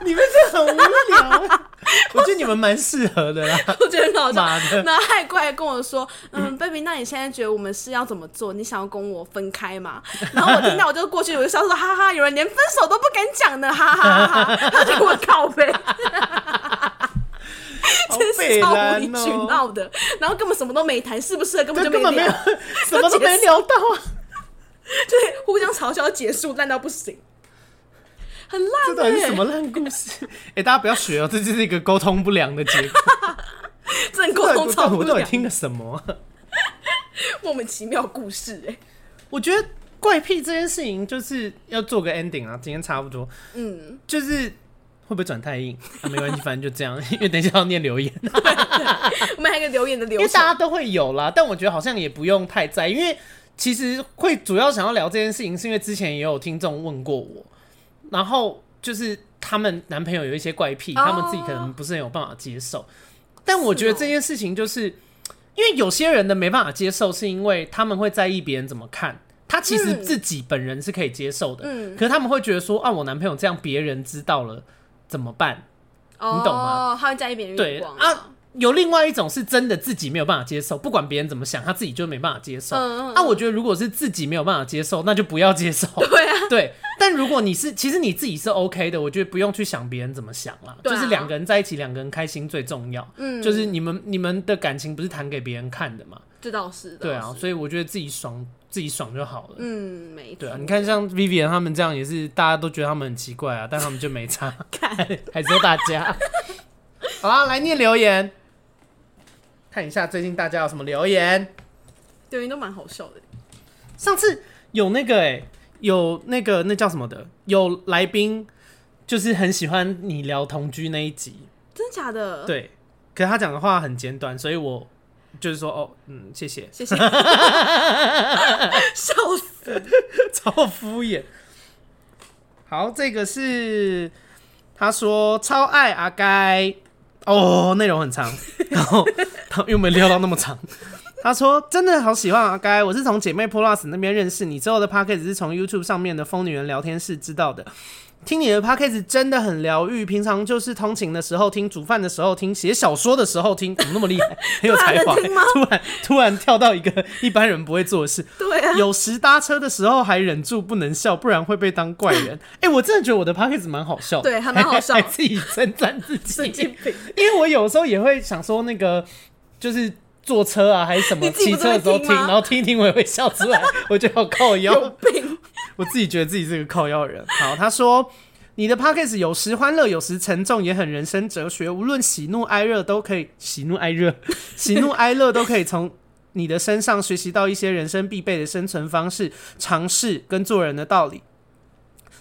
[SPEAKER 1] 你们这很无聊。我觉得你们蛮适合的啦。
[SPEAKER 2] 我觉得很好笑
[SPEAKER 1] 妈的。
[SPEAKER 2] 然后她还过来跟我说， 嗯，baby，那你现在觉得我们是要怎么做？你想要跟我分开吗？ 然后我听到我就过去，我就笑说哈哈，有人连分手都不敢讲呢，哈哈哈哈，她就给我靠背。
[SPEAKER 1] 好
[SPEAKER 2] 真
[SPEAKER 1] 北
[SPEAKER 2] 是超无理
[SPEAKER 1] 蓝
[SPEAKER 2] 取
[SPEAKER 1] 哦，
[SPEAKER 2] 闹的，然后根本什么都没谈，是不是？根本
[SPEAKER 1] 这
[SPEAKER 2] 就
[SPEAKER 1] 根本没
[SPEAKER 2] 聊
[SPEAKER 1] 有， 什么都没聊到啊！
[SPEAKER 2] 对，互相嘲笑结束，烂到不行，很烂、欸。
[SPEAKER 1] 这到底是什么烂故事？ 哎，大家不要学哦，这就是一个沟通不良的结果。
[SPEAKER 2] 真的沟通
[SPEAKER 1] 到
[SPEAKER 2] 超
[SPEAKER 1] 底
[SPEAKER 2] 不
[SPEAKER 1] 我到底
[SPEAKER 2] 了，
[SPEAKER 1] 听了什么啊？
[SPEAKER 2] 莫名其妙故事哎、
[SPEAKER 1] 我觉得怪癖这件事情就是要做个 ending 啊，今天差不多。嗯，就是会不会转太硬？啊，没关系，反正就这样， 因为等一下要念留言。
[SPEAKER 2] 我们还有一个留言的
[SPEAKER 1] 因
[SPEAKER 2] 留
[SPEAKER 1] 为大
[SPEAKER 2] 言，
[SPEAKER 1] 家都会有啦，但我觉得好像也不用太在意，因为其实会主要想要聊这件事情，是因为之前也有听众问过我，然后就是他们男朋友有一些怪癖，
[SPEAKER 2] 哦
[SPEAKER 1] 他们自己可能不是很有办法接受，但我觉得
[SPEAKER 2] 是哦
[SPEAKER 1] 这件事情就是因为有些人的没办法接受，是因为他们会在意别人怎么看。他其实
[SPEAKER 2] 嗯
[SPEAKER 1] 自己本人是可以接受的，
[SPEAKER 2] 嗯
[SPEAKER 1] 可是他们会觉得说啊，我男朋友这样，别人知道了怎么办？
[SPEAKER 2] 哦，
[SPEAKER 1] 你懂吗？
[SPEAKER 2] 他会在意别人
[SPEAKER 1] 对
[SPEAKER 2] 眼光
[SPEAKER 1] 啊，有另外一种是真的自己没有办法接受，不管别人怎么想，他自己就没办法接受。
[SPEAKER 2] 嗯嗯
[SPEAKER 1] 那、我觉得如果是自己没有办法接受，那就不要接受。
[SPEAKER 2] 对啊，
[SPEAKER 1] 对，但如果你是其实你自己是 OK 的，我觉得不用去想别人怎么想啦，
[SPEAKER 2] 对啊
[SPEAKER 1] 就是两个人在一起，两个人开心最重要。嗯，就是你们你们的感情不是谈给别人看的嘛？
[SPEAKER 2] 这倒是，
[SPEAKER 1] 对啊，所
[SPEAKER 2] 以
[SPEAKER 1] 以我觉得自己爽自己爽就好了。
[SPEAKER 2] 嗯，没错
[SPEAKER 1] 对啊，你看像 Vivian 他们这样也是，大家都觉得他们很奇怪啊，但他们就没差， 还说大家。好啊，来念留言，看一下最近大家有什么留言。
[SPEAKER 2] 留言都蛮好笑的，
[SPEAKER 1] 上次有那个哎、有那个那叫什么的，有来宾就是很喜欢你聊同居那一集，
[SPEAKER 2] 真的假的？，
[SPEAKER 1] 对，可是他讲的话很简短，所以我就是说哦，嗯，谢谢，
[SPEAKER 2] 谢 谢，笑死。
[SPEAKER 1] 超敷衍。好，这个是他说超爱阿该哦，内容很长，然后他又没聊到那么长。他说：“真的好喜欢阿该，我是从姐妹 Plus 那边认识你，之后的 p a c k a g e 是从 YouTube 上面的疯女人聊天室知道的。听你的 p a c k a g e 真的很疗愈，平常就是通勤的时候听，煮饭的时候听，写小说的时候听，怎么那么厉害，很有才华、
[SPEAKER 2] 突然能听吗
[SPEAKER 1] 突然突然跳到一个一般人不会做的事，
[SPEAKER 2] 对 啊，
[SPEAKER 1] 有时搭车的时候还忍住不能笑，不然会被当怪 人。哎、我真的觉得我的 p o c k e t 蛮好笑的，
[SPEAKER 2] 对还蛮好笑
[SPEAKER 1] 还还自己称赞自己，
[SPEAKER 2] 神经病。
[SPEAKER 1] 因为我有时候也会想说，那个就是坐车啊还是什么，
[SPEAKER 2] 你自己
[SPEAKER 1] 骑
[SPEAKER 2] 不是
[SPEAKER 1] 车的时候
[SPEAKER 2] 会
[SPEAKER 1] 听，
[SPEAKER 2] 听吗
[SPEAKER 1] 然后听一听我也会笑出来，我觉得好靠
[SPEAKER 2] 有
[SPEAKER 1] 腰，
[SPEAKER 2] 病，
[SPEAKER 1] 我自己觉得自己是个靠腰人。 好，他说。你的 p o c k e t 有时欢乐，有时沉重，也很人生哲学。无论喜怒哀乐都可以， 喜怒哀乐，喜怒哀乐都可以从你的身上学习到一些人生必备的生存方式、尝试跟做人的道理。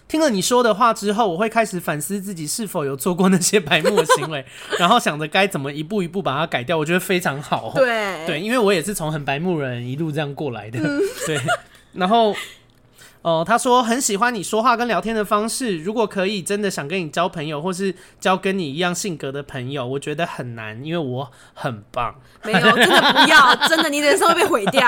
[SPEAKER 1] 听了你说的话之后，我会开始反思自己是否有做过那些白目的行为，然后想着该怎么一步一步把它改掉。我觉得非常好哦。
[SPEAKER 2] 对
[SPEAKER 1] 对，因为我也是从很白目人一路这样过来的， 对。然后，哦、他说很喜欢你说话跟聊天的方式，如果可以，真的想跟你交朋友，或是交跟你一样性格的朋友，我觉得很难，因为我很棒。
[SPEAKER 2] 没有，真的不要，真的，你人生会被毁掉，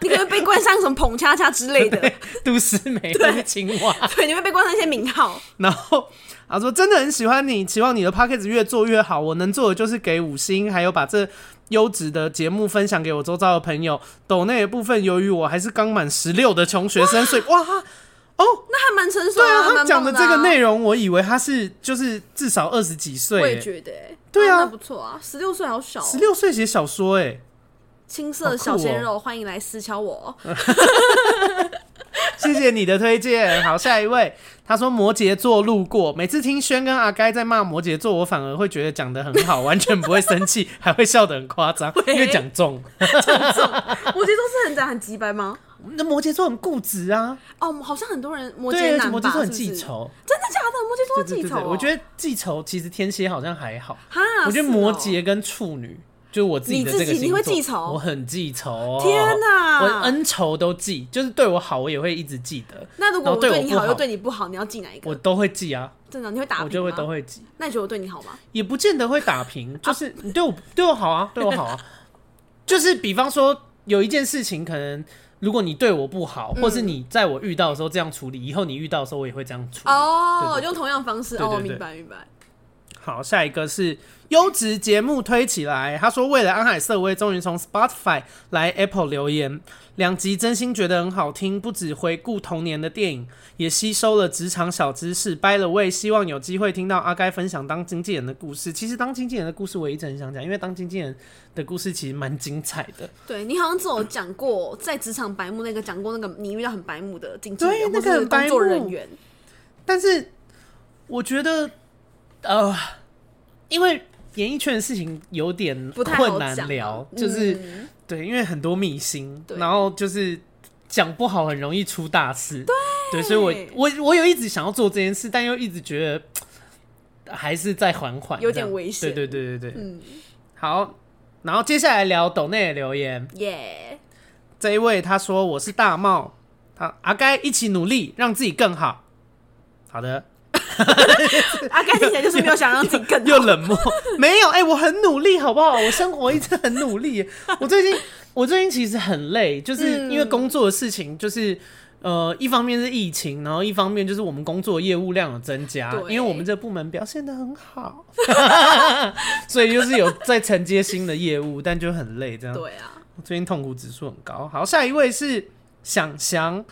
[SPEAKER 2] 你可能会被冠上什么捧恰恰之类的，
[SPEAKER 1] 杜思梅或是青蛙，
[SPEAKER 2] 对，你会被冠上一些名号。
[SPEAKER 1] 然后他说真的很喜欢你，期望你的 p a c k a g e 越做越好。我能做的就是给五星，还有把这优质的节目分享给我周遭的朋友。抖内的部分，由于我还是刚满十六的穷学生，所以哇。哦
[SPEAKER 2] 那还蛮成熟
[SPEAKER 1] 对啊，
[SPEAKER 2] 蛮
[SPEAKER 1] 他
[SPEAKER 2] 棒
[SPEAKER 1] 讲的
[SPEAKER 2] 的
[SPEAKER 1] 这个内
[SPEAKER 2] 容，
[SPEAKER 1] 容，我以为他是就是至少二十几
[SPEAKER 2] 我
[SPEAKER 1] 岁、
[SPEAKER 2] 也觉得欸，
[SPEAKER 1] 对啊
[SPEAKER 2] 那不错啊，十六岁好小哦，
[SPEAKER 1] 十六岁写小说、哎，好
[SPEAKER 2] 青涩
[SPEAKER 1] 酷
[SPEAKER 2] 小鲜
[SPEAKER 1] 哦
[SPEAKER 2] 肉，欢迎来私敲我。哦
[SPEAKER 1] 谢谢你的推荐。好，下一位，他说摩羯座路过，每次听轩跟阿该在骂摩羯座，我反而会觉得讲的很好，完全不会生 气，还会笑得很夸张，因为讲中。
[SPEAKER 2] 摩羯座是很长很直白吗？
[SPEAKER 1] 那摩羯座很固执啊，
[SPEAKER 2] 哦，好像很多人摩
[SPEAKER 1] 对，
[SPEAKER 2] 羯
[SPEAKER 1] 而且
[SPEAKER 2] 男吧，
[SPEAKER 1] 摩羯座很
[SPEAKER 2] 是不是
[SPEAKER 1] 记，仇，
[SPEAKER 2] 真的假的？摩羯座会
[SPEAKER 1] 对
[SPEAKER 2] 记
[SPEAKER 1] 对
[SPEAKER 2] 仇
[SPEAKER 1] 对
[SPEAKER 2] 哦，
[SPEAKER 1] 对，我觉得记仇其实天蝎好像还好，
[SPEAKER 2] 哈，
[SPEAKER 1] 我觉得
[SPEAKER 2] 是哦
[SPEAKER 1] 摩羯跟处女。就是我自己的这个
[SPEAKER 2] 你自己
[SPEAKER 1] 星座
[SPEAKER 2] 你会记仇
[SPEAKER 1] 我很记仇哦。
[SPEAKER 2] 天哪
[SPEAKER 1] 我恩仇都记，就是对我好我也会一直记得，
[SPEAKER 2] 那如果
[SPEAKER 1] 然
[SPEAKER 2] 我
[SPEAKER 1] 后对
[SPEAKER 2] 对
[SPEAKER 1] 我
[SPEAKER 2] 你
[SPEAKER 1] 不
[SPEAKER 2] 好又
[SPEAKER 1] 好
[SPEAKER 2] 对你不好，你要记哪一个？
[SPEAKER 1] 我都会记啊，
[SPEAKER 2] 真的，你会打
[SPEAKER 1] 我
[SPEAKER 2] 平
[SPEAKER 1] 就会
[SPEAKER 2] 吗？啊
[SPEAKER 1] 都会记，
[SPEAKER 2] 那你觉得我对你好吗？
[SPEAKER 1] 也不见得会打平，就是你对我对我好 啊，对我好啊，就是比方说有一件事情，可能如果你对我不
[SPEAKER 2] 嗯
[SPEAKER 1] 好，或是你在我遇到的时候这样处理，以后你遇到的时候我也会这样处理。
[SPEAKER 2] 哦
[SPEAKER 1] 对对，对
[SPEAKER 2] 用同样的方式
[SPEAKER 1] 对
[SPEAKER 2] 哦，
[SPEAKER 1] 对
[SPEAKER 2] 我
[SPEAKER 1] 对
[SPEAKER 2] 明白明白。
[SPEAKER 1] 好，下一个是优质节目推起来。他说，为了安海瑟薇，终于从 Spotify 来 Apple 留言，两集真心觉得很好听，不止回顾童年的电影，也吸收了职场小知识。By the way，希望有机会听到阿该分享当经纪人的故事。其实当经纪人的故事我一直很想讲，因为当经纪人的故事其实蛮精彩的。
[SPEAKER 2] 对你好像只有讲过在职场白目那个讲过那个你遇到很白目的经纪
[SPEAKER 1] 对
[SPEAKER 2] 人
[SPEAKER 1] 那
[SPEAKER 2] 或
[SPEAKER 1] 个
[SPEAKER 2] 是
[SPEAKER 1] 很白目
[SPEAKER 2] 工作人员，
[SPEAKER 1] 但是我觉得，呃，因为演艺圈的事情有点
[SPEAKER 2] 不太好
[SPEAKER 1] 困难
[SPEAKER 2] 讲
[SPEAKER 1] 聊，就是。
[SPEAKER 2] 嗯
[SPEAKER 1] 对，因为很多明星，
[SPEAKER 2] 对
[SPEAKER 1] 然后就是讲不好很容易出大事。对，所以我我我有一直想要做这件事，但又一直觉得嘖还是再缓缓，
[SPEAKER 2] 有点
[SPEAKER 1] 这样
[SPEAKER 2] 危险
[SPEAKER 1] 对对对对对，
[SPEAKER 2] 嗯，
[SPEAKER 1] 好。然后接下来聊抖内的留言，
[SPEAKER 2] 耶，
[SPEAKER 1] 这一位他说我是大茂，他阿该一起努力让自己更好。好的，
[SPEAKER 2] 阿啊该听起来就是没有想让自己更
[SPEAKER 1] 又冷漠，没有哎、我很努力，好不好？我生活一直很努力，我最近我最近其实很累，就是因为工作的事情，就是。呃，一方面是疫情，然后一方面就是我们工作业务量有增加，因为
[SPEAKER 2] 对
[SPEAKER 1] 我们这部门表现的很好， 所以就是有在承接新的业务，但就很累这样。
[SPEAKER 2] 对啊，
[SPEAKER 1] 我最近痛苦指数很高。好，下一位是想翔。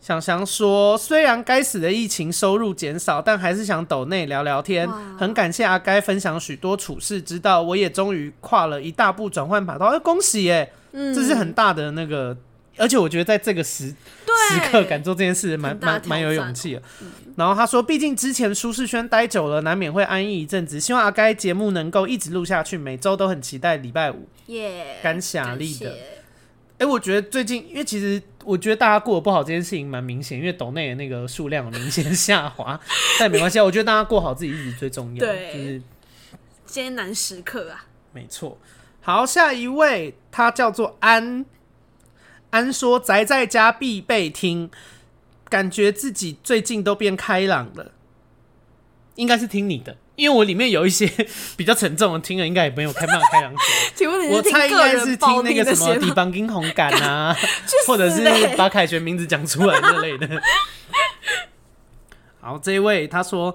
[SPEAKER 1] 想翔说：“虽然该死的疫情收入减少，但还是想抖内聊聊天
[SPEAKER 2] 哇。
[SPEAKER 1] 很感谢阿该分享许多处事之道，我也终于跨了一大步转换跑道。哎、恭喜耶！
[SPEAKER 2] 嗯
[SPEAKER 1] 这是很大的那个，而且我觉得在这个时
[SPEAKER 2] 对
[SPEAKER 1] 时刻敢做这件事，蛮
[SPEAKER 2] 很大的
[SPEAKER 1] 蛮
[SPEAKER 2] 挑
[SPEAKER 1] 蛮有
[SPEAKER 2] 战嗯
[SPEAKER 1] 勇气的。然后他说，毕竟之前舒适圈待久了，难免会安逸一阵子。希望阿该节目能够一直录下去，每周都很期待礼拜五。
[SPEAKER 2] 耶，
[SPEAKER 1] 干侠力的
[SPEAKER 2] 感谢
[SPEAKER 1] 哎、我觉得最近，因为其实我觉得大家过得不好这件事情蛮明显，因为抖内的那个数 量有明显下滑，但没关系，啊，我觉得大家过好自己一直最重要。
[SPEAKER 2] 对
[SPEAKER 1] 就是
[SPEAKER 2] 艰难时 刻啊。
[SPEAKER 1] 没错。好，下一位，他叫做安。安说宅在家必备听，感觉自己最近都变开朗了。应该是听你的，因为我里面有一些 比较沉重的，听了应该也没有开放开朗起来。
[SPEAKER 2] 请问你
[SPEAKER 1] 我
[SPEAKER 2] 是听
[SPEAKER 1] 猜应
[SPEAKER 2] 个
[SPEAKER 1] 该是
[SPEAKER 2] 人暴
[SPEAKER 1] 听那
[SPEAKER 2] 力
[SPEAKER 1] 个
[SPEAKER 2] 的
[SPEAKER 1] 什么
[SPEAKER 2] 写
[SPEAKER 1] 地
[SPEAKER 2] 吗？
[SPEAKER 1] 方跟红感 啊，或者是
[SPEAKER 2] 嘞
[SPEAKER 1] 把凯旋名字讲出来之类的。好，这一位他说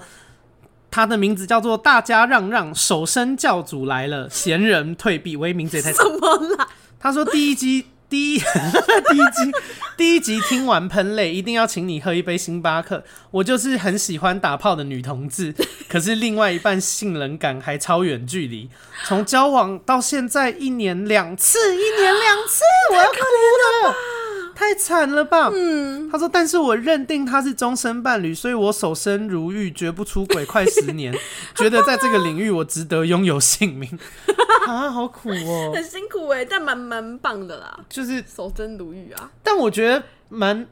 [SPEAKER 1] 他的名字叫做大家让让，手生教主来了，闲人退避，威名字也 太长
[SPEAKER 2] 什么啦？
[SPEAKER 1] 他说第一集 第一第一集第一集听完喷泪，一定要请你喝一杯星巴克。我就是很喜欢打炮的女同志， 可是另外一半性冷感还超远距离，从交往到现在一年两次，一年两次，我要哭了。太惨了吧！嗯，他说，但是我认定他是终身伴侣，所以我守身如玉，绝不出轨，快十年，觉得在这个领域我值得拥有姓名啊，好苦哦、
[SPEAKER 2] 很辛苦哎、但蛮蛮棒的啦，
[SPEAKER 1] 就是
[SPEAKER 2] 守真如玉啊。
[SPEAKER 1] 但我觉得蛮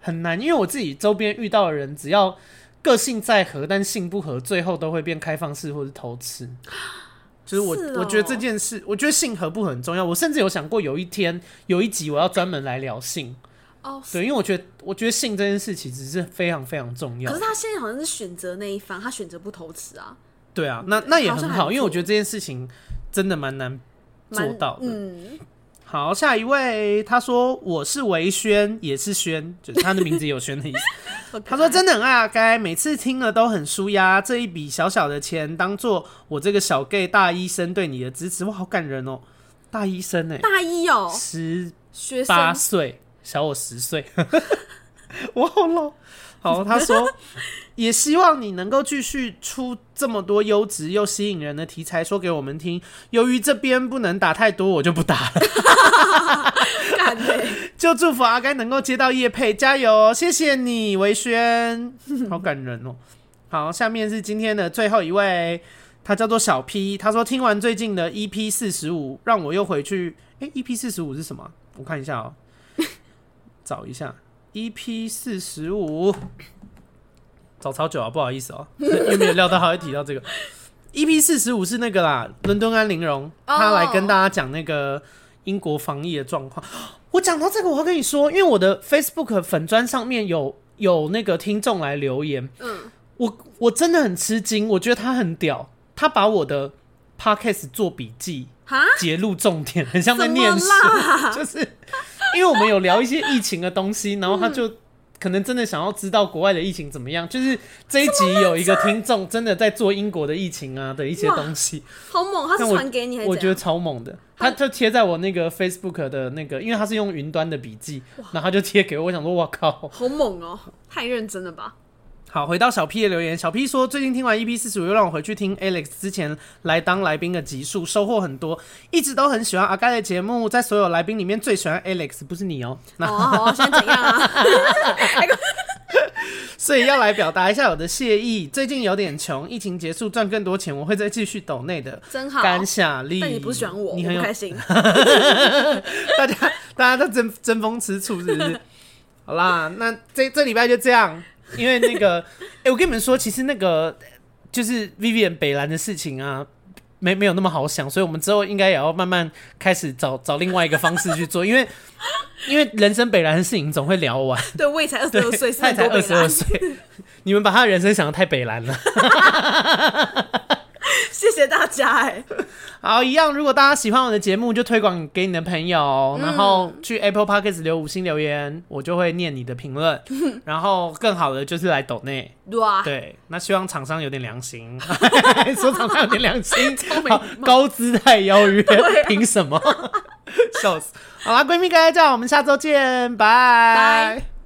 [SPEAKER 1] 很难，因为我自己周边遇到的人，只要个性再合，但性不合，最后都会变开放式或是偷 吃。就是我，
[SPEAKER 2] 是哦
[SPEAKER 1] 我觉得这件事，我觉得性合不合很重要。我甚至有想过，有一天有一集我要专门来聊性，
[SPEAKER 2] 哦，
[SPEAKER 1] 对，因为我觉得，我觉得性这件事其实是非常非常重要
[SPEAKER 2] 可是。他现在好像是选择那一方，他选择不投资啊，
[SPEAKER 1] 对啊，那那也
[SPEAKER 2] 好
[SPEAKER 1] 很
[SPEAKER 2] 像还
[SPEAKER 1] 好，
[SPEAKER 2] 不
[SPEAKER 1] 因为我
[SPEAKER 2] 错
[SPEAKER 1] 觉得这件事情真的蛮难做
[SPEAKER 2] 蛮
[SPEAKER 1] 到的。
[SPEAKER 2] 嗯，
[SPEAKER 1] 好，下一位，他说我是维轩，也是轩，就是他的名字也有轩的意思。
[SPEAKER 2] 好可
[SPEAKER 1] 他说
[SPEAKER 2] 爱
[SPEAKER 1] 真的很爱阿该，每次听了都很舒压。这一笔小小的钱，当做我这个小 gay 大医生对你的支持，哇，好感人哦！大医生哎、
[SPEAKER 2] 大一哦、
[SPEAKER 1] 十
[SPEAKER 2] 学生
[SPEAKER 1] 八岁，小我十岁， 我好老。好，他说也希望你能够继续出这么多优质又吸引人的题材，说给我们听。由于这边不能打太多，我就不打了。
[SPEAKER 2] 干 欸嘞，
[SPEAKER 1] 就祝福阿该能够接到叶佩，加油哦！谢谢你，维轩，好感人哦。好，下面是今天的最后一位，他叫做小 P，他说听完最近的 EP 四十五，让我又回去，诶 e p 四十五是什么啊？我看一下哦，找一下 EP 四十五，找超久啊，不好意思哦， 因为没有料到他会提到这个。EP 四十五是那个啦，伦敦安玲珑，他来跟大家讲那个英国防疫的状况。我讲到这个，我要跟你说，因为我的 Facebook 粉砖上面有有那个听众来留言，
[SPEAKER 2] 嗯，
[SPEAKER 1] 我我真的很吃惊，我觉得他很屌，他把我的 podcast 做笔记，
[SPEAKER 2] 哈，
[SPEAKER 1] 截录重点，很像在
[SPEAKER 2] 怎么
[SPEAKER 1] 念书，
[SPEAKER 2] 啦
[SPEAKER 1] 就是因为我们有聊一些疫情的东西，然后他
[SPEAKER 2] 嗯
[SPEAKER 1] 就。可能真的想要知道国外的疫情怎么样，就是这一集有一个听众真的在做英国的疫情啊的一些
[SPEAKER 2] 哇
[SPEAKER 1] 东西，
[SPEAKER 2] 好猛，他
[SPEAKER 1] 但
[SPEAKER 2] 是
[SPEAKER 1] 我
[SPEAKER 2] 传给你还是
[SPEAKER 1] 我觉得
[SPEAKER 2] 怎样
[SPEAKER 1] 超猛的，他就贴在我那个 Facebook 的那个，因为他是用云端的笔记，然后他就贴给我，我想说，我靠。
[SPEAKER 2] 好猛哦、太认真 了吧？
[SPEAKER 1] 好，回到小 P 的留言，小 P 说最近听完 EP 四十五，又让我回去听 Alex 之前来当来宾的集数，收获很多，一直都很喜欢阿盖的节目，在所有来宾里面最喜欢 Alex，不是你哦、
[SPEAKER 2] 好啊好啊，现在怎样啊？
[SPEAKER 1] 所以要来表达一下我的谢意。最近有点穷，疫情结束赚更多钱，我会再继续抖内的。
[SPEAKER 2] 真好，
[SPEAKER 1] 感谢力，
[SPEAKER 2] 但你不喜欢我，我
[SPEAKER 1] 你很
[SPEAKER 2] 不
[SPEAKER 1] 有
[SPEAKER 2] 开心。
[SPEAKER 1] 大家大家都争争风吃醋，是不 是？好啦，那这这礼拜就这样，因为那个， 哎、我跟你们说，其实那个就是 Vivian 北兰的事情啊，没没有那么好想，所以我们之后应该也要慢慢开始找找另外一个方式去做，因为因为人生北兰的事情总会聊完，
[SPEAKER 2] 对，我也才二十
[SPEAKER 1] 对
[SPEAKER 2] 二岁，，是
[SPEAKER 1] 他也
[SPEAKER 2] 很
[SPEAKER 1] 才
[SPEAKER 2] 多
[SPEAKER 1] 二
[SPEAKER 2] 北
[SPEAKER 1] 十二
[SPEAKER 2] 兰。
[SPEAKER 1] 岁，你们把他的人生想的太北兰了。
[SPEAKER 2] 谢谢大家哎、
[SPEAKER 1] 好，一样。如果大家喜欢我的节目，就推广给你的朋友，然后去 Apple Podcast 留五星留言，我就会念你的评论。然后更好的就是来抖内，
[SPEAKER 2] 哇，
[SPEAKER 1] 对。啊那希望厂商有点良心，说厂商有点良心，
[SPEAKER 2] 没
[SPEAKER 1] 好高姿态邀约，凭、什么？笑死！好啦，闺蜜该该叫，我们下周见，拜
[SPEAKER 2] 拜